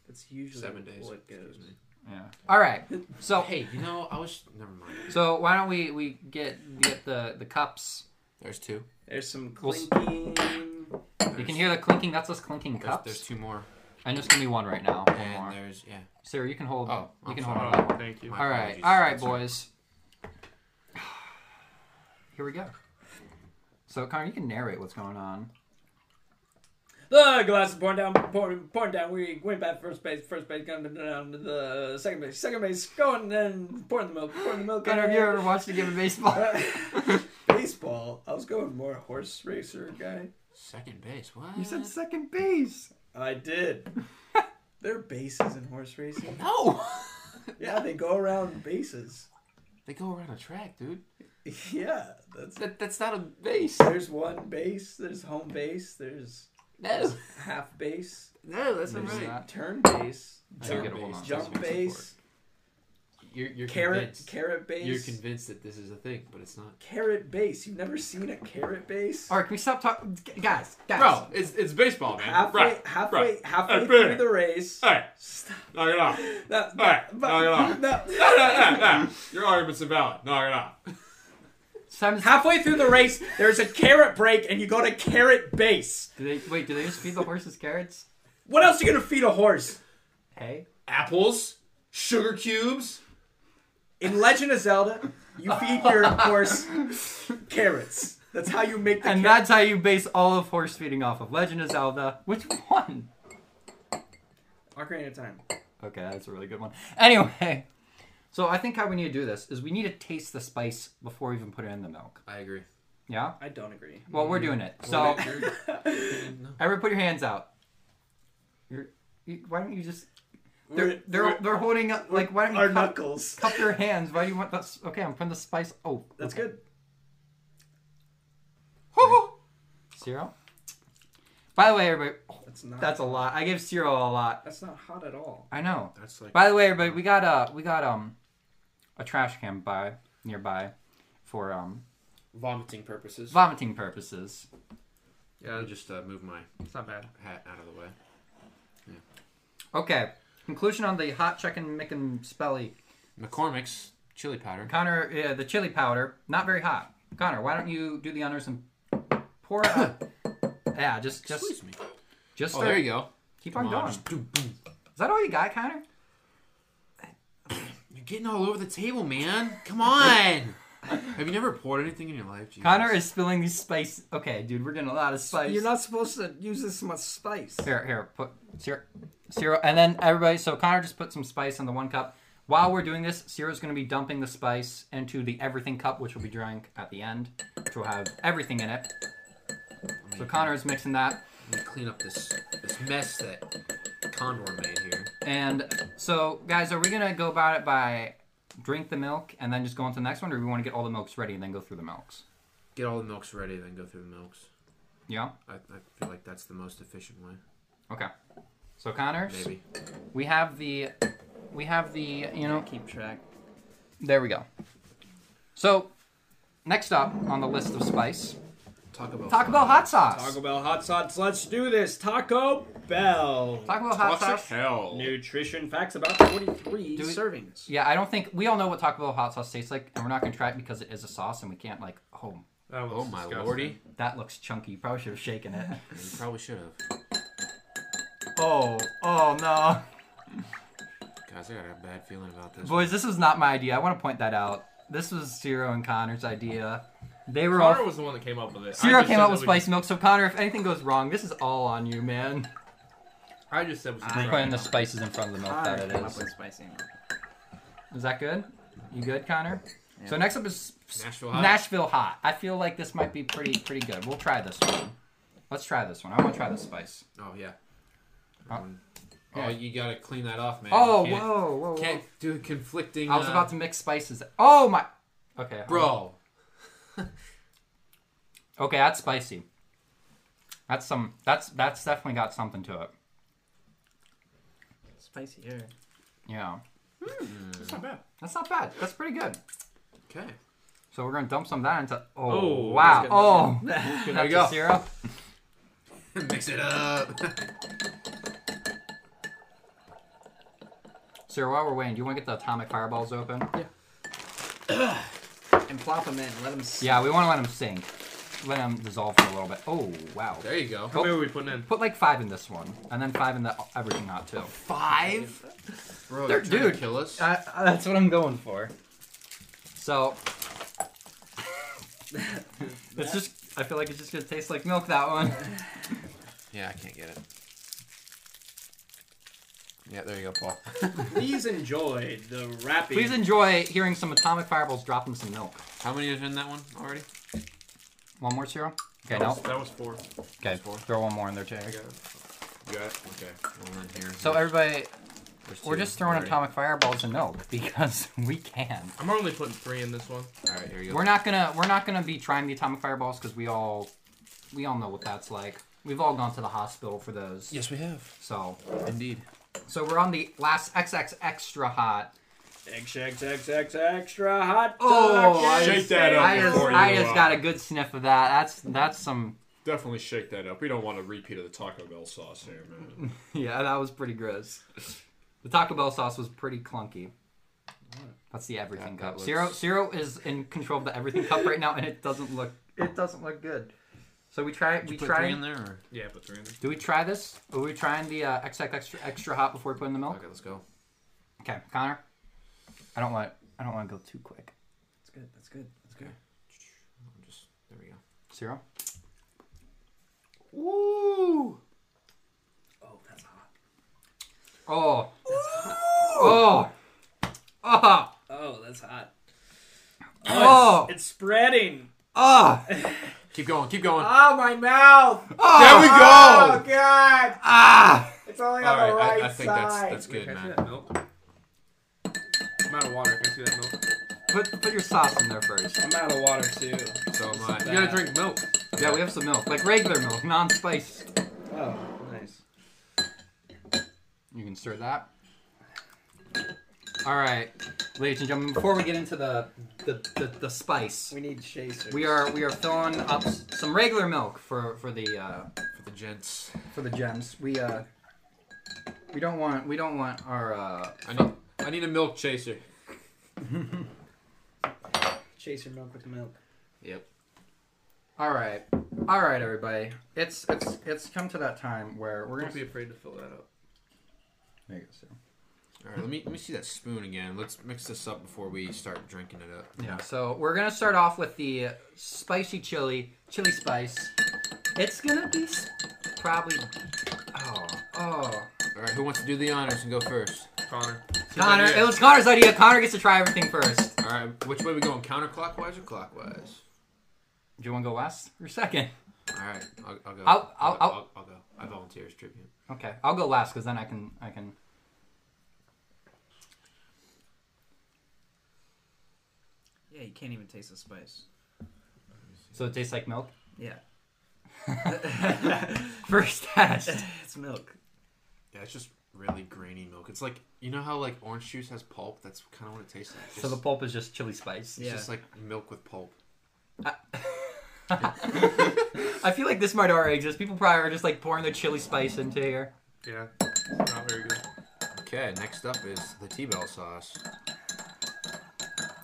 [SPEAKER 1] That's usually
[SPEAKER 2] Seven days.
[SPEAKER 1] what goes.
[SPEAKER 2] Excuse me.
[SPEAKER 3] Yeah. All right. So
[SPEAKER 2] Hey, you know, I was. Never mind.
[SPEAKER 3] So why don't we we get get the the cups?
[SPEAKER 2] There's two.
[SPEAKER 1] There's some
[SPEAKER 3] We'll s-
[SPEAKER 1] clinking.
[SPEAKER 3] You can hear the clinking. That's us clinking
[SPEAKER 2] There's,
[SPEAKER 3] cups.
[SPEAKER 2] there's two more.
[SPEAKER 3] And just give me one right now. One
[SPEAKER 2] And
[SPEAKER 3] more.
[SPEAKER 2] there's, yeah.
[SPEAKER 3] Sarah, you can hold.
[SPEAKER 2] Oh,
[SPEAKER 3] you
[SPEAKER 2] I'm
[SPEAKER 3] can
[SPEAKER 2] sorry.
[SPEAKER 3] hold on.
[SPEAKER 4] Oh, thank you.
[SPEAKER 2] My
[SPEAKER 3] All right,
[SPEAKER 2] apologies.
[SPEAKER 3] all right,
[SPEAKER 2] Sorry.
[SPEAKER 3] boys. Here we go. So Connor, you can narrate what's going on.
[SPEAKER 1] The glass is pouring down, pouring, pouring down. We went back first base, first base, going down to the second base, second base, going then pouring the milk, pouring the milk.
[SPEAKER 3] Connor, have you ever watched a game of baseball?
[SPEAKER 1] Uh, baseball. I was going more horse racer guy.
[SPEAKER 2] Second base. What?
[SPEAKER 3] you said second base.
[SPEAKER 1] I did. There are bases in horse racing.
[SPEAKER 2] no.
[SPEAKER 1] Yeah, they go around bases.
[SPEAKER 2] they go around a track, dude.
[SPEAKER 1] Yeah, that's
[SPEAKER 2] That, that's not a base.
[SPEAKER 1] There's one base. There's home base. There's
[SPEAKER 2] No.
[SPEAKER 1] half base.
[SPEAKER 2] No, that's
[SPEAKER 3] There's not.
[SPEAKER 1] Turn base.
[SPEAKER 2] I don't
[SPEAKER 3] Jump
[SPEAKER 2] get a hold
[SPEAKER 3] base,
[SPEAKER 2] on.
[SPEAKER 1] Jump
[SPEAKER 2] That's makes it
[SPEAKER 1] base.
[SPEAKER 2] work. You're, you're
[SPEAKER 1] Carrot.
[SPEAKER 2] convinced.
[SPEAKER 1] Carrot base.
[SPEAKER 2] You're convinced that this is a thing, but it's not.
[SPEAKER 1] Carrot base. You've never seen a carrot base?
[SPEAKER 3] All right, can we stop talking, guys? Guys,
[SPEAKER 4] Bro, it's it's baseball, man.
[SPEAKER 1] halfway,
[SPEAKER 4] right,
[SPEAKER 1] halfway,
[SPEAKER 4] right.
[SPEAKER 1] halfway
[SPEAKER 4] Hey,
[SPEAKER 1] through
[SPEAKER 4] Brandon.
[SPEAKER 1] the race.
[SPEAKER 4] Hey,
[SPEAKER 1] Stop.
[SPEAKER 4] knock it off.
[SPEAKER 1] No, no,
[SPEAKER 4] Alright,
[SPEAKER 1] but-
[SPEAKER 4] knock it
[SPEAKER 1] no.
[SPEAKER 4] Nah, nah, nah. Your argument's invalid. Knock it off.
[SPEAKER 3] Simon's,
[SPEAKER 1] Halfway through the race, there's a carrot break, and you go to carrot base.
[SPEAKER 3] do they wait? Do they just feed the horses carrots?
[SPEAKER 1] What else are you gonna feed a horse?
[SPEAKER 3] Hey,
[SPEAKER 2] Apples, sugar cubes.
[SPEAKER 1] In Legend of Zelda, you feed your horse carrots. That's how you make the
[SPEAKER 3] and
[SPEAKER 1] carrot.
[SPEAKER 3] that's how you base all of horse feeding off of Legend of Zelda. Which one?
[SPEAKER 1] Ocarina of Time.
[SPEAKER 3] Okay, that's a really good one. Anyway, so I think how we need to do this is we need to taste the spice before we even put it in the milk.
[SPEAKER 2] I agree.
[SPEAKER 3] Yeah.
[SPEAKER 1] I don't agree.
[SPEAKER 3] Well, we're doing it. So,
[SPEAKER 2] No.
[SPEAKER 3] everyone, put your hands out. You're, you, why don't you just? They're
[SPEAKER 1] We're-
[SPEAKER 3] they're,
[SPEAKER 1] we're-
[SPEAKER 3] they're holding up. Like, why don't
[SPEAKER 1] Our
[SPEAKER 3] you cup,
[SPEAKER 1] knuckles.
[SPEAKER 3] cup your hands? Why do you want that? s- Okay, I'm putting the spice. Oh,
[SPEAKER 1] That's
[SPEAKER 3] okay.
[SPEAKER 1] good.
[SPEAKER 3] Cyril. By the way, everybody,
[SPEAKER 1] That's not.
[SPEAKER 3] that's a lot. I give Cyril a lot.
[SPEAKER 1] That's not hot at all.
[SPEAKER 3] I know.
[SPEAKER 2] That's like.
[SPEAKER 3] By the way, everybody, we got uh we got um a trash can by nearby for um
[SPEAKER 4] Vomiting purposes.
[SPEAKER 3] vomiting purposes.
[SPEAKER 2] Yeah, I'll just uh, move my
[SPEAKER 4] It's not bad.
[SPEAKER 2] hat out of the way.
[SPEAKER 3] Okay. Conclusion on the hot chicken and spelly.
[SPEAKER 2] McCormick's chili powder.
[SPEAKER 3] Connor, uh, the chili powder, not very hot. Connor, why don't you do the honors and pour out? yeah, just just
[SPEAKER 2] Excuse me.
[SPEAKER 3] just
[SPEAKER 2] Oh,
[SPEAKER 3] start-
[SPEAKER 2] there you go.
[SPEAKER 3] keep
[SPEAKER 2] Come
[SPEAKER 3] on, going.
[SPEAKER 2] just do boom.
[SPEAKER 3] Is that all you got, Connor?
[SPEAKER 2] You're getting all over the table, man. Come on. Have you never poured anything in your life, Jesus?
[SPEAKER 3] Connor is spilling these spice. Okay, dude, we're getting a lot of spice.
[SPEAKER 1] You're not supposed to use this much spice.
[SPEAKER 3] Here, here, put Ciro, Ciro, and then everybody. So Connor just put some spice in the one cup. While we're doing this, Ciro's going to be dumping the spice into the everything cup, which will be drank at the end, which will have everything in it.
[SPEAKER 2] Let me-
[SPEAKER 3] So Connor is mixing that,
[SPEAKER 2] Let me clean up this this mess that Condor made here.
[SPEAKER 3] and so guys, are we going to go about it by drink the milk and then just go on to the next one, or do we want to get all the milks ready and then go through the milks?
[SPEAKER 2] Get all the milks ready, then go through the milks.
[SPEAKER 3] Yeah.
[SPEAKER 2] I, I feel like that's the most efficient way.
[SPEAKER 3] Okay. So Connor,
[SPEAKER 2] Maybe.
[SPEAKER 3] we have the, we have the, you know,
[SPEAKER 1] Keep track.
[SPEAKER 3] there we go. So, next up on the list of spice.
[SPEAKER 2] Talk about
[SPEAKER 3] Taco Bell hot sauce.
[SPEAKER 1] Taco Bell hot sauce. Let's do this. Taco Bell.
[SPEAKER 3] Taco Bell hot
[SPEAKER 4] Toxic
[SPEAKER 3] sauce.
[SPEAKER 4] hell.
[SPEAKER 1] Nutrition facts about 43
[SPEAKER 3] Do we-
[SPEAKER 1] servings.
[SPEAKER 3] Yeah, I don't think we all know what Taco Bell hot sauce tastes like, and we're not gonna try it because it is a sauce, and we can't like. Oh,
[SPEAKER 4] That was
[SPEAKER 2] Oh my
[SPEAKER 4] disgusting.
[SPEAKER 2] lordy.
[SPEAKER 3] that looks chunky. You probably should have shaken it.
[SPEAKER 2] Yeah, You probably should have.
[SPEAKER 3] oh, oh no,
[SPEAKER 2] Guys, I got a bad feeling about this.
[SPEAKER 3] boys, this was not my idea. I want to point that out. This was Ciro and Connor's idea. They were
[SPEAKER 4] Connor
[SPEAKER 3] all.
[SPEAKER 4] was the one that came up with it. I
[SPEAKER 3] Ciro
[SPEAKER 4] just
[SPEAKER 3] came
[SPEAKER 4] said
[SPEAKER 3] up
[SPEAKER 4] that
[SPEAKER 3] with
[SPEAKER 4] we-
[SPEAKER 3] spicy milk, so Connor, if anything goes wrong, this is all on you, man.
[SPEAKER 4] I just said we should
[SPEAKER 3] We're
[SPEAKER 4] try it
[SPEAKER 3] putting the
[SPEAKER 4] out.
[SPEAKER 3] spices in front of the milk that it is.
[SPEAKER 1] spicy.
[SPEAKER 3] Is that good? You good, Connor? So next up is
[SPEAKER 2] Nashville hot.
[SPEAKER 3] Nashville hot. I feel like this might be pretty pretty good. We'll try this one. Let's try this one. I want to try this spice.
[SPEAKER 2] oh yeah.
[SPEAKER 3] Uh,
[SPEAKER 2] Um,
[SPEAKER 3] yeah.
[SPEAKER 2] Oh, you gotta clean that off, man.
[SPEAKER 3] Oh,
[SPEAKER 2] You can't-
[SPEAKER 3] whoa, whoa, whoa.
[SPEAKER 2] Can't do conflicting.
[SPEAKER 3] I was
[SPEAKER 2] uh,
[SPEAKER 3] about to mix spices. Oh my. Okay. hold on.
[SPEAKER 2] Bro,
[SPEAKER 3] Okay, that's spicy. That's some. That's that's definitely got something to it.
[SPEAKER 1] Spicy air.
[SPEAKER 3] Yeah.
[SPEAKER 2] Hmm.
[SPEAKER 4] It's not bad.
[SPEAKER 3] That's not bad. That's pretty good.
[SPEAKER 2] okay.
[SPEAKER 3] So we're gonna dump some of that into. Oh,
[SPEAKER 4] Oh,
[SPEAKER 3] wow.
[SPEAKER 1] that's good,
[SPEAKER 2] There
[SPEAKER 3] Oh. That's
[SPEAKER 2] we
[SPEAKER 3] a
[SPEAKER 2] go.
[SPEAKER 3] syrup.
[SPEAKER 2] Mix it up.
[SPEAKER 3] Sir, while we're waiting, do you want to get the atomic fireballs open?
[SPEAKER 1] And plop them in. Let them sit.
[SPEAKER 3] Yeah, we want to let them sink. Let them dissolve for a little bit. Oh, wow.
[SPEAKER 2] there you go.
[SPEAKER 4] How many were we putting in?
[SPEAKER 3] Put like five in this one, and then five in the everything hot too.
[SPEAKER 2] Five. Bro,
[SPEAKER 3] They're-
[SPEAKER 2] you're trying to
[SPEAKER 3] dude.
[SPEAKER 2] kill us.
[SPEAKER 3] Uh, that's what I'm going for. So. it's just. I feel like it's just gonna taste like milk. That one.
[SPEAKER 2] Yeah, I can't get it. Yeah, there you go, Paul.
[SPEAKER 1] Please enjoy the wrapping.
[SPEAKER 3] Please enjoy hearing some atomic fireballs drop in some milk.
[SPEAKER 2] How many is in that one already?
[SPEAKER 3] One more, Cyril? Okay, no.
[SPEAKER 4] That was four.
[SPEAKER 3] Okay, throw one more in there, Jay.
[SPEAKER 4] I got it. You got it? Okay.
[SPEAKER 2] One in here.
[SPEAKER 3] So everybody,
[SPEAKER 2] There's
[SPEAKER 3] we're
[SPEAKER 2] two
[SPEAKER 3] just throwing
[SPEAKER 2] already.
[SPEAKER 3] atomic fireballs in milk because we can.
[SPEAKER 4] I'm only putting three in this one.
[SPEAKER 2] All right, here you go.
[SPEAKER 3] We're not gonna we're not gonna be trying the atomic fireballs because we all we all know what that's like. We've all gone to the hospital for those.
[SPEAKER 2] Yes, we have.
[SPEAKER 3] So
[SPEAKER 2] Indeed.
[SPEAKER 3] so we're on the last XX extra hot.
[SPEAKER 1] X, X, X, X, extra hot
[SPEAKER 3] Oh,
[SPEAKER 1] dog.
[SPEAKER 3] I
[SPEAKER 1] Yes,
[SPEAKER 4] Shake that
[SPEAKER 1] yes.
[SPEAKER 4] up
[SPEAKER 3] I just
[SPEAKER 4] before you,
[SPEAKER 3] I just
[SPEAKER 4] uh,
[SPEAKER 3] got a good sniff of that. That's that's some
[SPEAKER 4] Definitely shake that up. We don't want a repeat of the Taco Bell sauce here, man.
[SPEAKER 3] yeah that was pretty gross. The Taco Bell sauce was pretty clunky. That's the everything
[SPEAKER 2] That-
[SPEAKER 3] cup.
[SPEAKER 2] that
[SPEAKER 3] Zero
[SPEAKER 2] looks-
[SPEAKER 3] Zero is in control of the everything cup right now, and it doesn't look it doesn't look good. So we try we
[SPEAKER 2] Put
[SPEAKER 3] try
[SPEAKER 2] three in there. Or?
[SPEAKER 4] yeah, put three in there.
[SPEAKER 3] Do we try this? Are we trying the uh, XX extra extra hot before we put in the milk?
[SPEAKER 2] Okay, let's go.
[SPEAKER 3] Okay, Connor. I don't want I don't want to go too quick.
[SPEAKER 1] That's good. That's good. That's good.
[SPEAKER 2] I'm just there we go.
[SPEAKER 3] Zero.
[SPEAKER 1] Woo! Oh, that's hot.
[SPEAKER 3] Oh. Oh. Oh.
[SPEAKER 1] Oh, that's hot.
[SPEAKER 3] Oh.
[SPEAKER 1] It's spreading.
[SPEAKER 3] Oh.
[SPEAKER 2] Keep going. Keep going.
[SPEAKER 1] Oh, my mouth.
[SPEAKER 2] there we go.
[SPEAKER 1] Oh God!
[SPEAKER 3] Ah.
[SPEAKER 1] It's only
[SPEAKER 2] All
[SPEAKER 1] on
[SPEAKER 2] right,
[SPEAKER 1] the
[SPEAKER 2] I-
[SPEAKER 1] right
[SPEAKER 2] I think that's-
[SPEAKER 1] side.
[SPEAKER 2] that's Good,
[SPEAKER 4] Wait, can I see
[SPEAKER 2] man.
[SPEAKER 4] that milk? I'm out of water. Can I see that milk?
[SPEAKER 3] Put put your sauce in there first.
[SPEAKER 1] I'm out of water too.
[SPEAKER 2] So am I.
[SPEAKER 4] You gotta drink milk.
[SPEAKER 3] Yeah, we have some milk, like regular milk, non-spice.
[SPEAKER 1] Oh, nice.
[SPEAKER 3] You can stir that. All right, ladies and gentlemen. Before we get into the the, the, the spice,
[SPEAKER 1] We need chasers.
[SPEAKER 3] we are we are filling up s- some regular milk for for the. Uh,
[SPEAKER 2] For the gents.
[SPEAKER 3] for the gems. We uh we don't want we don't want our uh
[SPEAKER 2] I need. I need a milk chaser.
[SPEAKER 1] chaser milk with milk.
[SPEAKER 2] Yep.
[SPEAKER 3] all right. All right everybody. It's it's it's come to that time where we're going
[SPEAKER 4] Don't be
[SPEAKER 3] to
[SPEAKER 4] afraid to fill that up.
[SPEAKER 3] There you go. Sarah.
[SPEAKER 2] All right. Let me let me see that spoon again. Let's mix this up before we start drinking it up.
[SPEAKER 3] Yeah. So, we're going to start off with the spicy chili, chili spice. It's going to be s- probably Oh, oh.
[SPEAKER 2] All right. Who wants to do the honors and go first?
[SPEAKER 4] Connor. It's his
[SPEAKER 3] Connor,
[SPEAKER 4] idea.
[SPEAKER 3] it was Connor's idea. Connor gets to try everything first.
[SPEAKER 2] All right. Which way we going? Counterclockwise or clockwise?
[SPEAKER 3] Do you want to go last or second?
[SPEAKER 2] All right. I'll, I'll go.
[SPEAKER 3] I'll- I'll-
[SPEAKER 2] I'll, I'll, I'll go. I volunteer as tribute.
[SPEAKER 3] Okay, I'll go last because then I can I can.
[SPEAKER 1] Yeah, you can't even taste the spice.
[SPEAKER 3] So it tastes like milk.
[SPEAKER 1] Yeah,
[SPEAKER 3] First test.
[SPEAKER 1] it's milk.
[SPEAKER 2] Yeah, it's just really grainy milk. It's like you know how like orange juice has pulp. That's kind of what it tastes like.
[SPEAKER 3] So the
[SPEAKER 2] Just-
[SPEAKER 3] pulp is just chili spice.
[SPEAKER 2] It's
[SPEAKER 1] Yeah.
[SPEAKER 2] just like milk with pulp.
[SPEAKER 3] I feel like this might already exist. People probably are just like pouring their chili spice into here.
[SPEAKER 4] Yeah. It's not very good.
[SPEAKER 2] Okay, next up is the T-Bell sauce.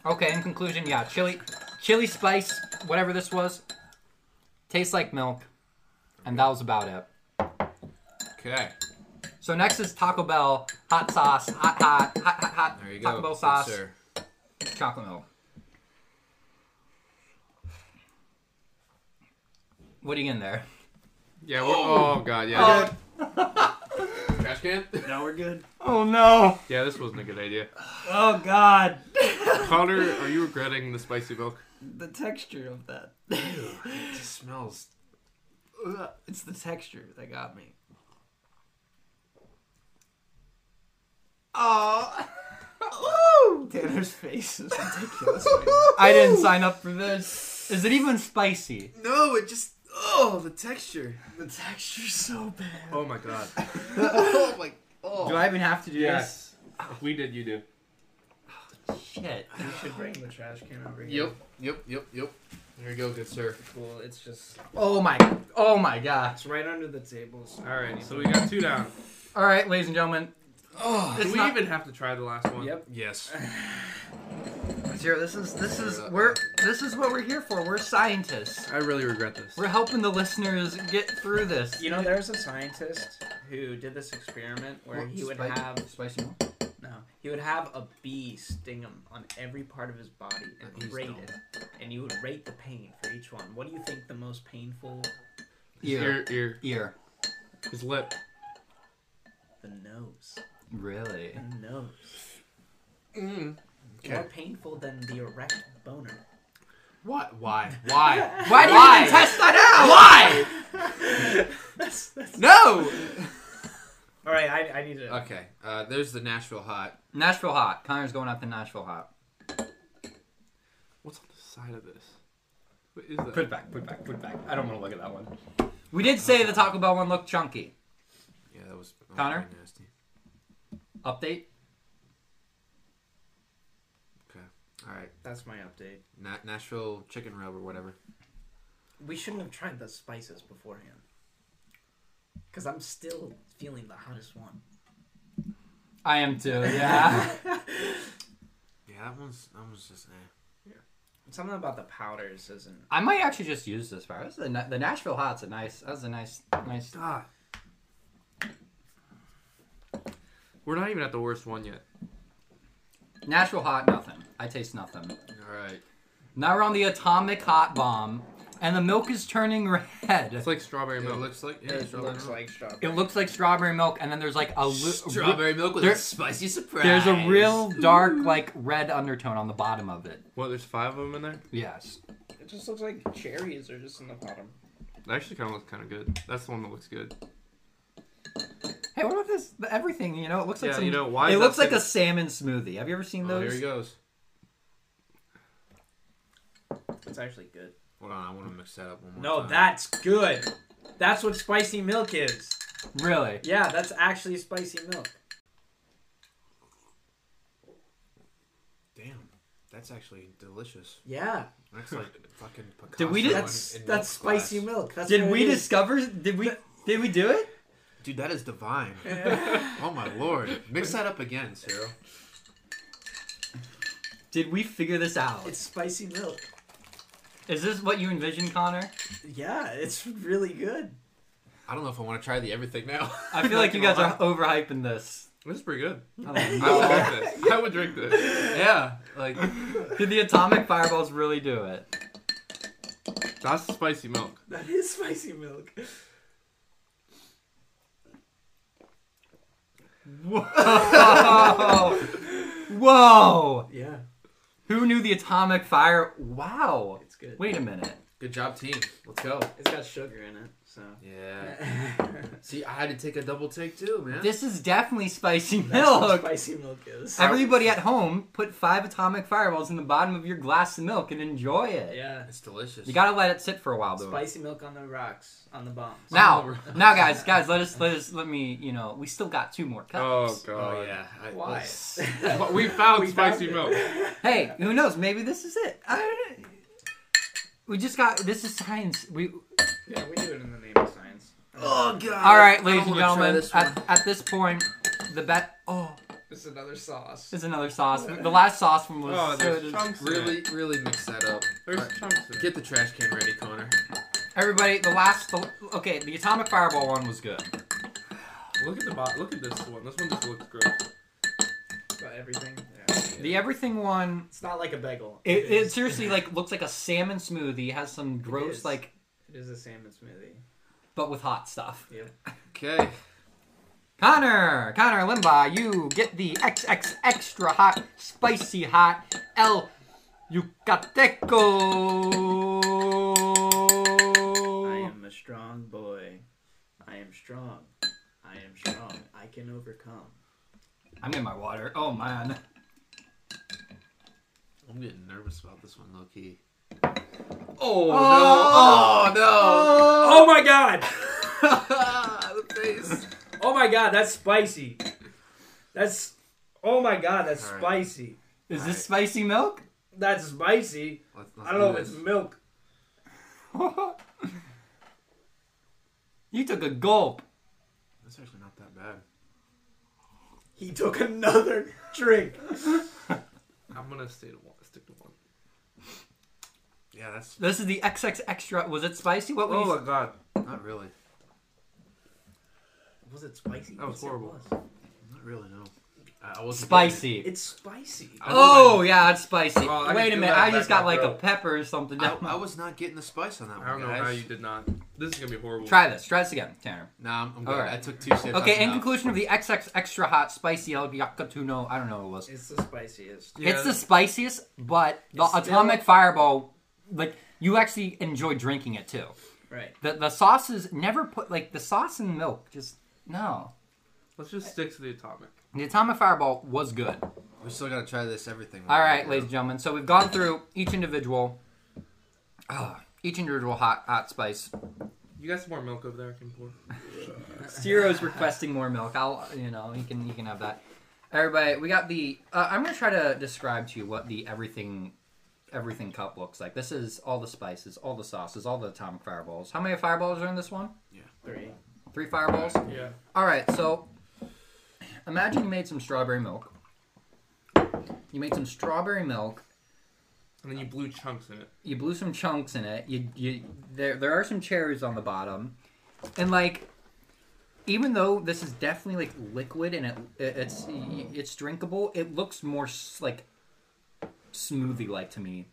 [SPEAKER 3] Okay, in conclusion, yeah, chili, chili spice, whatever this was, tastes like milk, and that was about it.
[SPEAKER 2] Okay,
[SPEAKER 3] So next is Taco Bell hot sauce, hot hot hot hot hot
[SPEAKER 2] there you go.
[SPEAKER 3] Taco Bell
[SPEAKER 2] Good
[SPEAKER 3] sauce,
[SPEAKER 2] sir.
[SPEAKER 3] chocolate milk. What do you in there?
[SPEAKER 4] Yeah. We're, oh god. Yeah.
[SPEAKER 2] Trash can.
[SPEAKER 1] Now we're good.
[SPEAKER 3] Oh no!
[SPEAKER 4] Yeah. This wasn't a good idea.
[SPEAKER 1] Oh God,
[SPEAKER 4] Connor, are you regretting the spicy milk?
[SPEAKER 1] the texture of that.
[SPEAKER 2] It just smells.
[SPEAKER 1] Ugh, it's the texture that got me.
[SPEAKER 3] Oh,
[SPEAKER 1] Tanner's face is ridiculous. Right
[SPEAKER 3] I didn't sign up for this. Is it even spicy?
[SPEAKER 2] No, it just. Oh, the texture.
[SPEAKER 1] now. The texture's so bad.
[SPEAKER 4] Oh my god.
[SPEAKER 2] oh my.
[SPEAKER 3] Do
[SPEAKER 2] Oh.
[SPEAKER 3] I even have to do this?
[SPEAKER 4] Yes. If we did, you do.
[SPEAKER 3] Shit.
[SPEAKER 1] You should bring the trash can over here.
[SPEAKER 2] Yep. Yep. Yep. Yep. There you go, good sir.
[SPEAKER 1] Well, it's just
[SPEAKER 3] Oh my. Oh my gosh.
[SPEAKER 1] it's right under the table. so-
[SPEAKER 4] All right. So we got two down.
[SPEAKER 3] All right, ladies and gentlemen.
[SPEAKER 2] Oh.
[SPEAKER 4] Do
[SPEAKER 3] It's
[SPEAKER 4] we
[SPEAKER 3] not-
[SPEAKER 4] even have to try the last one?
[SPEAKER 1] Yep.
[SPEAKER 2] Yes.
[SPEAKER 3] Zero. This is this is we're this is what we're here for. We're scientists.
[SPEAKER 4] I really regret this.
[SPEAKER 3] We're helping the listeners get through this.
[SPEAKER 1] You know, there's a scientist who did this experiment where he would
[SPEAKER 3] Spicy-
[SPEAKER 1] have
[SPEAKER 3] spicy milk.
[SPEAKER 1] no, he would have a bee sting him on every part of his body
[SPEAKER 2] He's
[SPEAKER 1] and rate
[SPEAKER 2] dumb.
[SPEAKER 1] it, and you would rate the pain for each one. What do you think the most painful?
[SPEAKER 3] Ear.
[SPEAKER 4] Ear.
[SPEAKER 3] Ear.
[SPEAKER 4] His lip.
[SPEAKER 1] The nose.
[SPEAKER 3] Really?
[SPEAKER 1] The nose.
[SPEAKER 4] Mm.
[SPEAKER 1] More
[SPEAKER 2] Okay.
[SPEAKER 1] painful than the erect boner.
[SPEAKER 2] What? Why? Why?
[SPEAKER 3] Why do you even test that out? Why?
[SPEAKER 1] that's, that's...
[SPEAKER 4] No.
[SPEAKER 1] All right, I, I need to.
[SPEAKER 2] Okay. Uh, there's the Nashville hot.
[SPEAKER 3] Nashville hot. Connor's going up to Nashville hot.
[SPEAKER 4] What's on the side of this? What is that?
[SPEAKER 3] it back. Put it back. Put it back. I don't want to look at that one. We did say the Taco Bell one looked chunky.
[SPEAKER 2] Yeah, that was that was
[SPEAKER 3] Connor?
[SPEAKER 2] pretty nasty.
[SPEAKER 3] Update.
[SPEAKER 2] All right.
[SPEAKER 1] That's my update.
[SPEAKER 2] Na- Nashville chicken rub or whatever.
[SPEAKER 1] We shouldn't have tried the spices beforehand. Because I'm still feeling the hottest one.
[SPEAKER 3] I am too. Yeah.
[SPEAKER 2] Yeah, that one's that one's just. Eh.
[SPEAKER 1] Something about the powders isn't.
[SPEAKER 3] I might actually just use this fire. This is a, ni- the Nashville hot's a nice. That's a nice, nice.
[SPEAKER 4] God. We're not even at the worst one yet.
[SPEAKER 3] Nashville hot. Nothing. I taste nothing.
[SPEAKER 2] All right.
[SPEAKER 3] Now we're on the atomic hot bomb, and the milk is turning red.
[SPEAKER 4] It's like strawberry
[SPEAKER 2] It
[SPEAKER 4] milk.
[SPEAKER 2] looks like yeah,
[SPEAKER 1] it
[SPEAKER 2] strawberry
[SPEAKER 1] looks
[SPEAKER 2] milk.
[SPEAKER 1] like strawberry.
[SPEAKER 3] It looks like strawberry milk, and then there's like a li-
[SPEAKER 2] strawberry milk with
[SPEAKER 3] There-
[SPEAKER 2] a spicy surprise.
[SPEAKER 3] There's a real dark, like red undertone on the bottom of it.
[SPEAKER 4] what? There's five of them in there.
[SPEAKER 3] Yes.
[SPEAKER 1] It just looks like cherries are just in the bottom.
[SPEAKER 4] That actually kind of looks kind of good. That's the one that looks good.
[SPEAKER 3] Hey, what about this? the- Everything you know, it looks like
[SPEAKER 4] Yeah,
[SPEAKER 3] some,
[SPEAKER 4] you know, why
[SPEAKER 3] It
[SPEAKER 4] is
[SPEAKER 3] looks
[SPEAKER 4] that
[SPEAKER 3] like a
[SPEAKER 4] thing-
[SPEAKER 3] salmon smoothie. Have you ever seen
[SPEAKER 2] Oh,
[SPEAKER 3] those?
[SPEAKER 2] here he goes.
[SPEAKER 1] It's actually good.
[SPEAKER 2] Hold on, I want to mix that up one more
[SPEAKER 1] No,
[SPEAKER 2] time.
[SPEAKER 1] that's good. That's what spicy milk is.
[SPEAKER 3] Really?
[SPEAKER 1] Yeah, that's actually spicy milk.
[SPEAKER 2] Damn, that's actually delicious.
[SPEAKER 1] Yeah,
[SPEAKER 2] That's like fucking Picasso.
[SPEAKER 3] Did we do-
[SPEAKER 2] in-
[SPEAKER 1] that's
[SPEAKER 2] in
[SPEAKER 1] that's
[SPEAKER 2] milk class.
[SPEAKER 1] spicy milk. That's
[SPEAKER 3] Did
[SPEAKER 1] what
[SPEAKER 3] we
[SPEAKER 1] it is.
[SPEAKER 3] discover? Did we? Did we do it?
[SPEAKER 2] Dude, that is divine. oh my lord. Mix that up again, Cyril.
[SPEAKER 3] Did we figure this out?
[SPEAKER 1] It's spicy milk.
[SPEAKER 3] Is this what you envisioned, Connor?
[SPEAKER 1] Yeah, it's really good.
[SPEAKER 2] I don't know if I want to try the everything now.
[SPEAKER 3] I feel like you guys are
[SPEAKER 2] Not
[SPEAKER 3] overhyping this.
[SPEAKER 4] This is pretty good.
[SPEAKER 3] I don't
[SPEAKER 4] I would
[SPEAKER 3] know.
[SPEAKER 4] drink this. I would drink this.
[SPEAKER 2] gonna lie. Yeah, like
[SPEAKER 3] Did the atomic fireballs really do it?
[SPEAKER 4] That's spicy milk.
[SPEAKER 1] That is spicy milk.
[SPEAKER 3] Whoa! Whoa!
[SPEAKER 1] Yeah,
[SPEAKER 3] Who knew the atomic fire? Wow!
[SPEAKER 1] it's good.
[SPEAKER 3] Wait a minute.
[SPEAKER 2] good job, team. Let's go.
[SPEAKER 1] It's got sugar in it, so.
[SPEAKER 2] Yeah. See, I had to take a double take too, man.
[SPEAKER 3] This is definitely spicy
[SPEAKER 1] That's what
[SPEAKER 3] milk.
[SPEAKER 1] spicy milk is.
[SPEAKER 3] Everybody at home, put five atomic fireballs in the bottom of your glass of milk and enjoy it.
[SPEAKER 1] Yeah.
[SPEAKER 2] it's delicious.
[SPEAKER 3] You gotta let it sit for a while, though.
[SPEAKER 1] Spicy milk on the rocks, on the bombs.
[SPEAKER 3] Now, now, guys, guys, let us, let us, let me, you know, we still got two more
[SPEAKER 4] Oh
[SPEAKER 3] cups.
[SPEAKER 4] god.
[SPEAKER 2] Oh yeah. I,
[SPEAKER 1] Why?
[SPEAKER 4] But we found
[SPEAKER 1] We
[SPEAKER 4] spicy
[SPEAKER 1] found
[SPEAKER 4] milk.
[SPEAKER 1] it.
[SPEAKER 3] Hey, who knows? Maybe this is it. I don't know. We just got. This is science. We
[SPEAKER 1] Yeah, we do it in the name of science.
[SPEAKER 2] Oh god.
[SPEAKER 3] all right, ladies
[SPEAKER 2] I
[SPEAKER 3] and
[SPEAKER 2] wanna try
[SPEAKER 3] gentlemen.
[SPEAKER 2] this one.
[SPEAKER 3] At, at this point, the bet. Oh,
[SPEAKER 1] It's another sauce.
[SPEAKER 3] there's another sauce. The last sauce one was.
[SPEAKER 4] Oh,
[SPEAKER 3] so
[SPEAKER 4] there's
[SPEAKER 3] dis-
[SPEAKER 4] chunks. Really?
[SPEAKER 2] Really, really mix that up.
[SPEAKER 4] There's
[SPEAKER 2] Alright,
[SPEAKER 4] chunks. In it.
[SPEAKER 2] Get the trash can ready, Connor.
[SPEAKER 3] Everybody, the last. The, okay, the atomic fireball one was good.
[SPEAKER 4] Look at the bot. Look at this one. This one just looks gross.
[SPEAKER 1] About everything. Yeah.
[SPEAKER 3] The everything one.
[SPEAKER 1] It's not like a bagel.
[SPEAKER 3] It,
[SPEAKER 1] It
[SPEAKER 3] it,
[SPEAKER 1] is-
[SPEAKER 3] seriously like looks like a salmon smoothie. Has some gross
[SPEAKER 1] is.
[SPEAKER 3] like,
[SPEAKER 1] It is a salmon smoothie.
[SPEAKER 3] but with hot stuff.
[SPEAKER 1] Yep.
[SPEAKER 2] Okay.
[SPEAKER 3] Connor, Connor Limbaugh, you get the XX extra hot, spicy hot El
[SPEAKER 1] I
[SPEAKER 3] Yucateco.
[SPEAKER 1] am a strong boy. I am strong. I am strong. I can overcome.
[SPEAKER 3] I'm in my water. Oh man.
[SPEAKER 2] I'm getting nervous about this one, low key.
[SPEAKER 3] Oh,
[SPEAKER 2] Oh,
[SPEAKER 1] Oh my god!
[SPEAKER 2] no! the face.
[SPEAKER 1] Oh my god, that's spicy. That's. Oh my god, that's
[SPEAKER 2] All right.
[SPEAKER 1] spicy.
[SPEAKER 3] Is this spicy milk?
[SPEAKER 1] That's spicy.
[SPEAKER 2] Let's, let's
[SPEAKER 1] I don't know
[SPEAKER 2] do
[SPEAKER 1] if it's
[SPEAKER 2] this.
[SPEAKER 1] milk.
[SPEAKER 3] you took a gulp.
[SPEAKER 2] That's actually not that bad.
[SPEAKER 1] He took another drink.
[SPEAKER 4] I'm gonna stay to one. Stick to one.
[SPEAKER 2] Yeah, that's
[SPEAKER 3] This is the XX extra. Was it spicy? What was?
[SPEAKER 4] Oh my god.
[SPEAKER 2] not really.
[SPEAKER 1] Was it spicy?
[SPEAKER 4] That was
[SPEAKER 1] Yes, it
[SPEAKER 4] horrible.
[SPEAKER 1] was.
[SPEAKER 2] Not really, no. I I wasn't getting it.
[SPEAKER 3] spicy?
[SPEAKER 1] It's spicy.
[SPEAKER 4] I
[SPEAKER 3] Oh yeah, it's spicy.
[SPEAKER 4] Oh, I can
[SPEAKER 3] Wait a
[SPEAKER 4] feel
[SPEAKER 3] minute,
[SPEAKER 4] that
[SPEAKER 3] I
[SPEAKER 4] back
[SPEAKER 3] just
[SPEAKER 4] my
[SPEAKER 3] got like a
[SPEAKER 4] throat.
[SPEAKER 3] pepper or something.
[SPEAKER 2] I,
[SPEAKER 3] down my-
[SPEAKER 2] I was not getting the spice on that one.
[SPEAKER 4] I don't know
[SPEAKER 2] guys.
[SPEAKER 4] how you did not. This is gonna be horrible.
[SPEAKER 3] Try this. Try this again, Tanner.
[SPEAKER 2] Nah, I'm, I'm good.
[SPEAKER 3] Alright.
[SPEAKER 2] I took two sips.
[SPEAKER 3] Okay,
[SPEAKER 2] that's
[SPEAKER 3] in
[SPEAKER 2] enough.
[SPEAKER 3] conclusion of the XX Extra Hot Spicy El Yakatuno, I don't know what it was.
[SPEAKER 1] It's the spiciest.
[SPEAKER 4] Yeah.
[SPEAKER 3] It's the spiciest, but the
[SPEAKER 1] It's still-
[SPEAKER 3] Atomic Fireball, like, you actually enjoy drinking it too.
[SPEAKER 1] Right.
[SPEAKER 3] The, the sauces never put, like, the sauce and milk, just, no.
[SPEAKER 4] Let's just stick to the atomic.
[SPEAKER 3] The Atomic Fireball was good.
[SPEAKER 2] We still gotta try this everything.
[SPEAKER 3] All right, ladies and gentlemen. So we've gone through each individual, ah, each individual hot hot spice.
[SPEAKER 4] You got some more milk over there I can pour.
[SPEAKER 3] Ciro's requesting more milk. I'll, you know, you can you can have that. Everybody, we got the. Uh, I'm gonna try to describe to you what the everything, everything cup looks like. This is all the spices, all the sauces, all the atomic fireballs. How many fireballs are in this one?
[SPEAKER 1] Three.
[SPEAKER 3] Three fireballs.
[SPEAKER 4] Yeah.
[SPEAKER 3] All right, so imagine you made some strawberry milk. You made some strawberry milk.
[SPEAKER 4] And then you blew chunks in it.
[SPEAKER 3] you blew some chunks in it. You you there there are some cherries on the bottom, and like even though this is definitely like liquid and it, it it's it's drinkable, it looks more s- like smoothie like to me.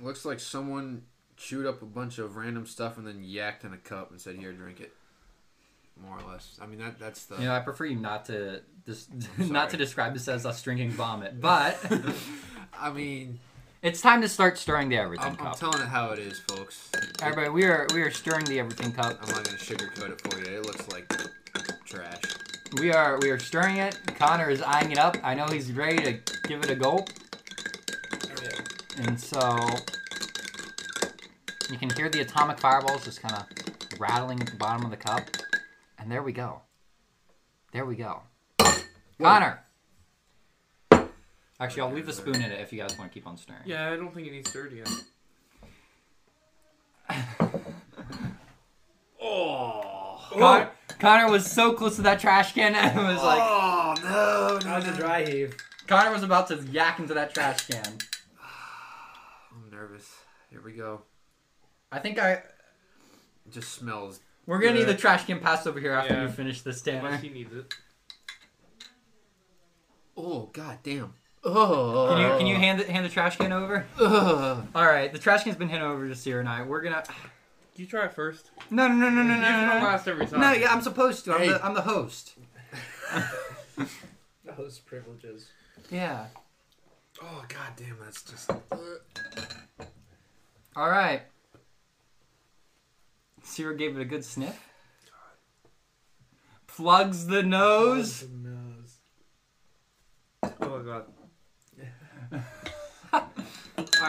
[SPEAKER 2] Looks like someone chewed up a bunch of random stuff and then yacked in a cup and said, "Here, drink it." More or less. I mean, that that's the.
[SPEAKER 3] You know, I prefer you not to dis-
[SPEAKER 2] Sorry.
[SPEAKER 3] not to describe this as us drinking vomit, but
[SPEAKER 2] I mean,
[SPEAKER 3] it's time to start stirring the everything
[SPEAKER 2] I'm, I'm
[SPEAKER 3] cup.
[SPEAKER 2] telling it how it is, folks.
[SPEAKER 3] Everybody, we are we are stirring the everything cup.
[SPEAKER 2] I'm not gonna sugarcoat it for you. It looks like trash.
[SPEAKER 3] We are we are stirring it. Connor is eyeing it up. I know he's ready to give it a gulp. And so you can hear the atomic fireballs just kind of rattling at the bottom of the cup. And there we go. There we go. Connor. Actually, I'll leave the spoon in it if you guys want to keep on stirring.
[SPEAKER 4] Yeah, I don't think it needs stirred yet.
[SPEAKER 3] Con- Connor was so close to that trash can, and it was like
[SPEAKER 2] oh no!
[SPEAKER 1] That was a dry heave.
[SPEAKER 3] Connor was about to yak into that trash can.
[SPEAKER 2] I'm nervous. Here we go.
[SPEAKER 3] I think I
[SPEAKER 2] It just smells.
[SPEAKER 3] we're gonna
[SPEAKER 4] Yeah.
[SPEAKER 3] need the trash can passed over here after
[SPEAKER 4] Yeah.
[SPEAKER 3] you finish this, Tanner.
[SPEAKER 4] Unless he needs it.
[SPEAKER 2] Oh god damn. Oh.
[SPEAKER 3] Can you, can you hand the, hand the trash can over?
[SPEAKER 2] Ugh.
[SPEAKER 3] All right, the trash can's been handed over to Sierra and I. We're gonna.
[SPEAKER 4] You try it first.
[SPEAKER 3] No, no, no, no, no,
[SPEAKER 4] You
[SPEAKER 3] no,
[SPEAKER 4] come
[SPEAKER 3] no, no.
[SPEAKER 4] last every time.
[SPEAKER 3] No, yeah, I'm supposed to. I'm,
[SPEAKER 2] Hey.
[SPEAKER 3] the, I'm the host.
[SPEAKER 1] The host privileges.
[SPEAKER 3] Yeah.
[SPEAKER 2] Oh god damn. That's just. Ugh.
[SPEAKER 3] All right. Sierra gave it a good sniff. Plugs the nose.
[SPEAKER 1] The nose.
[SPEAKER 4] Oh god.
[SPEAKER 3] All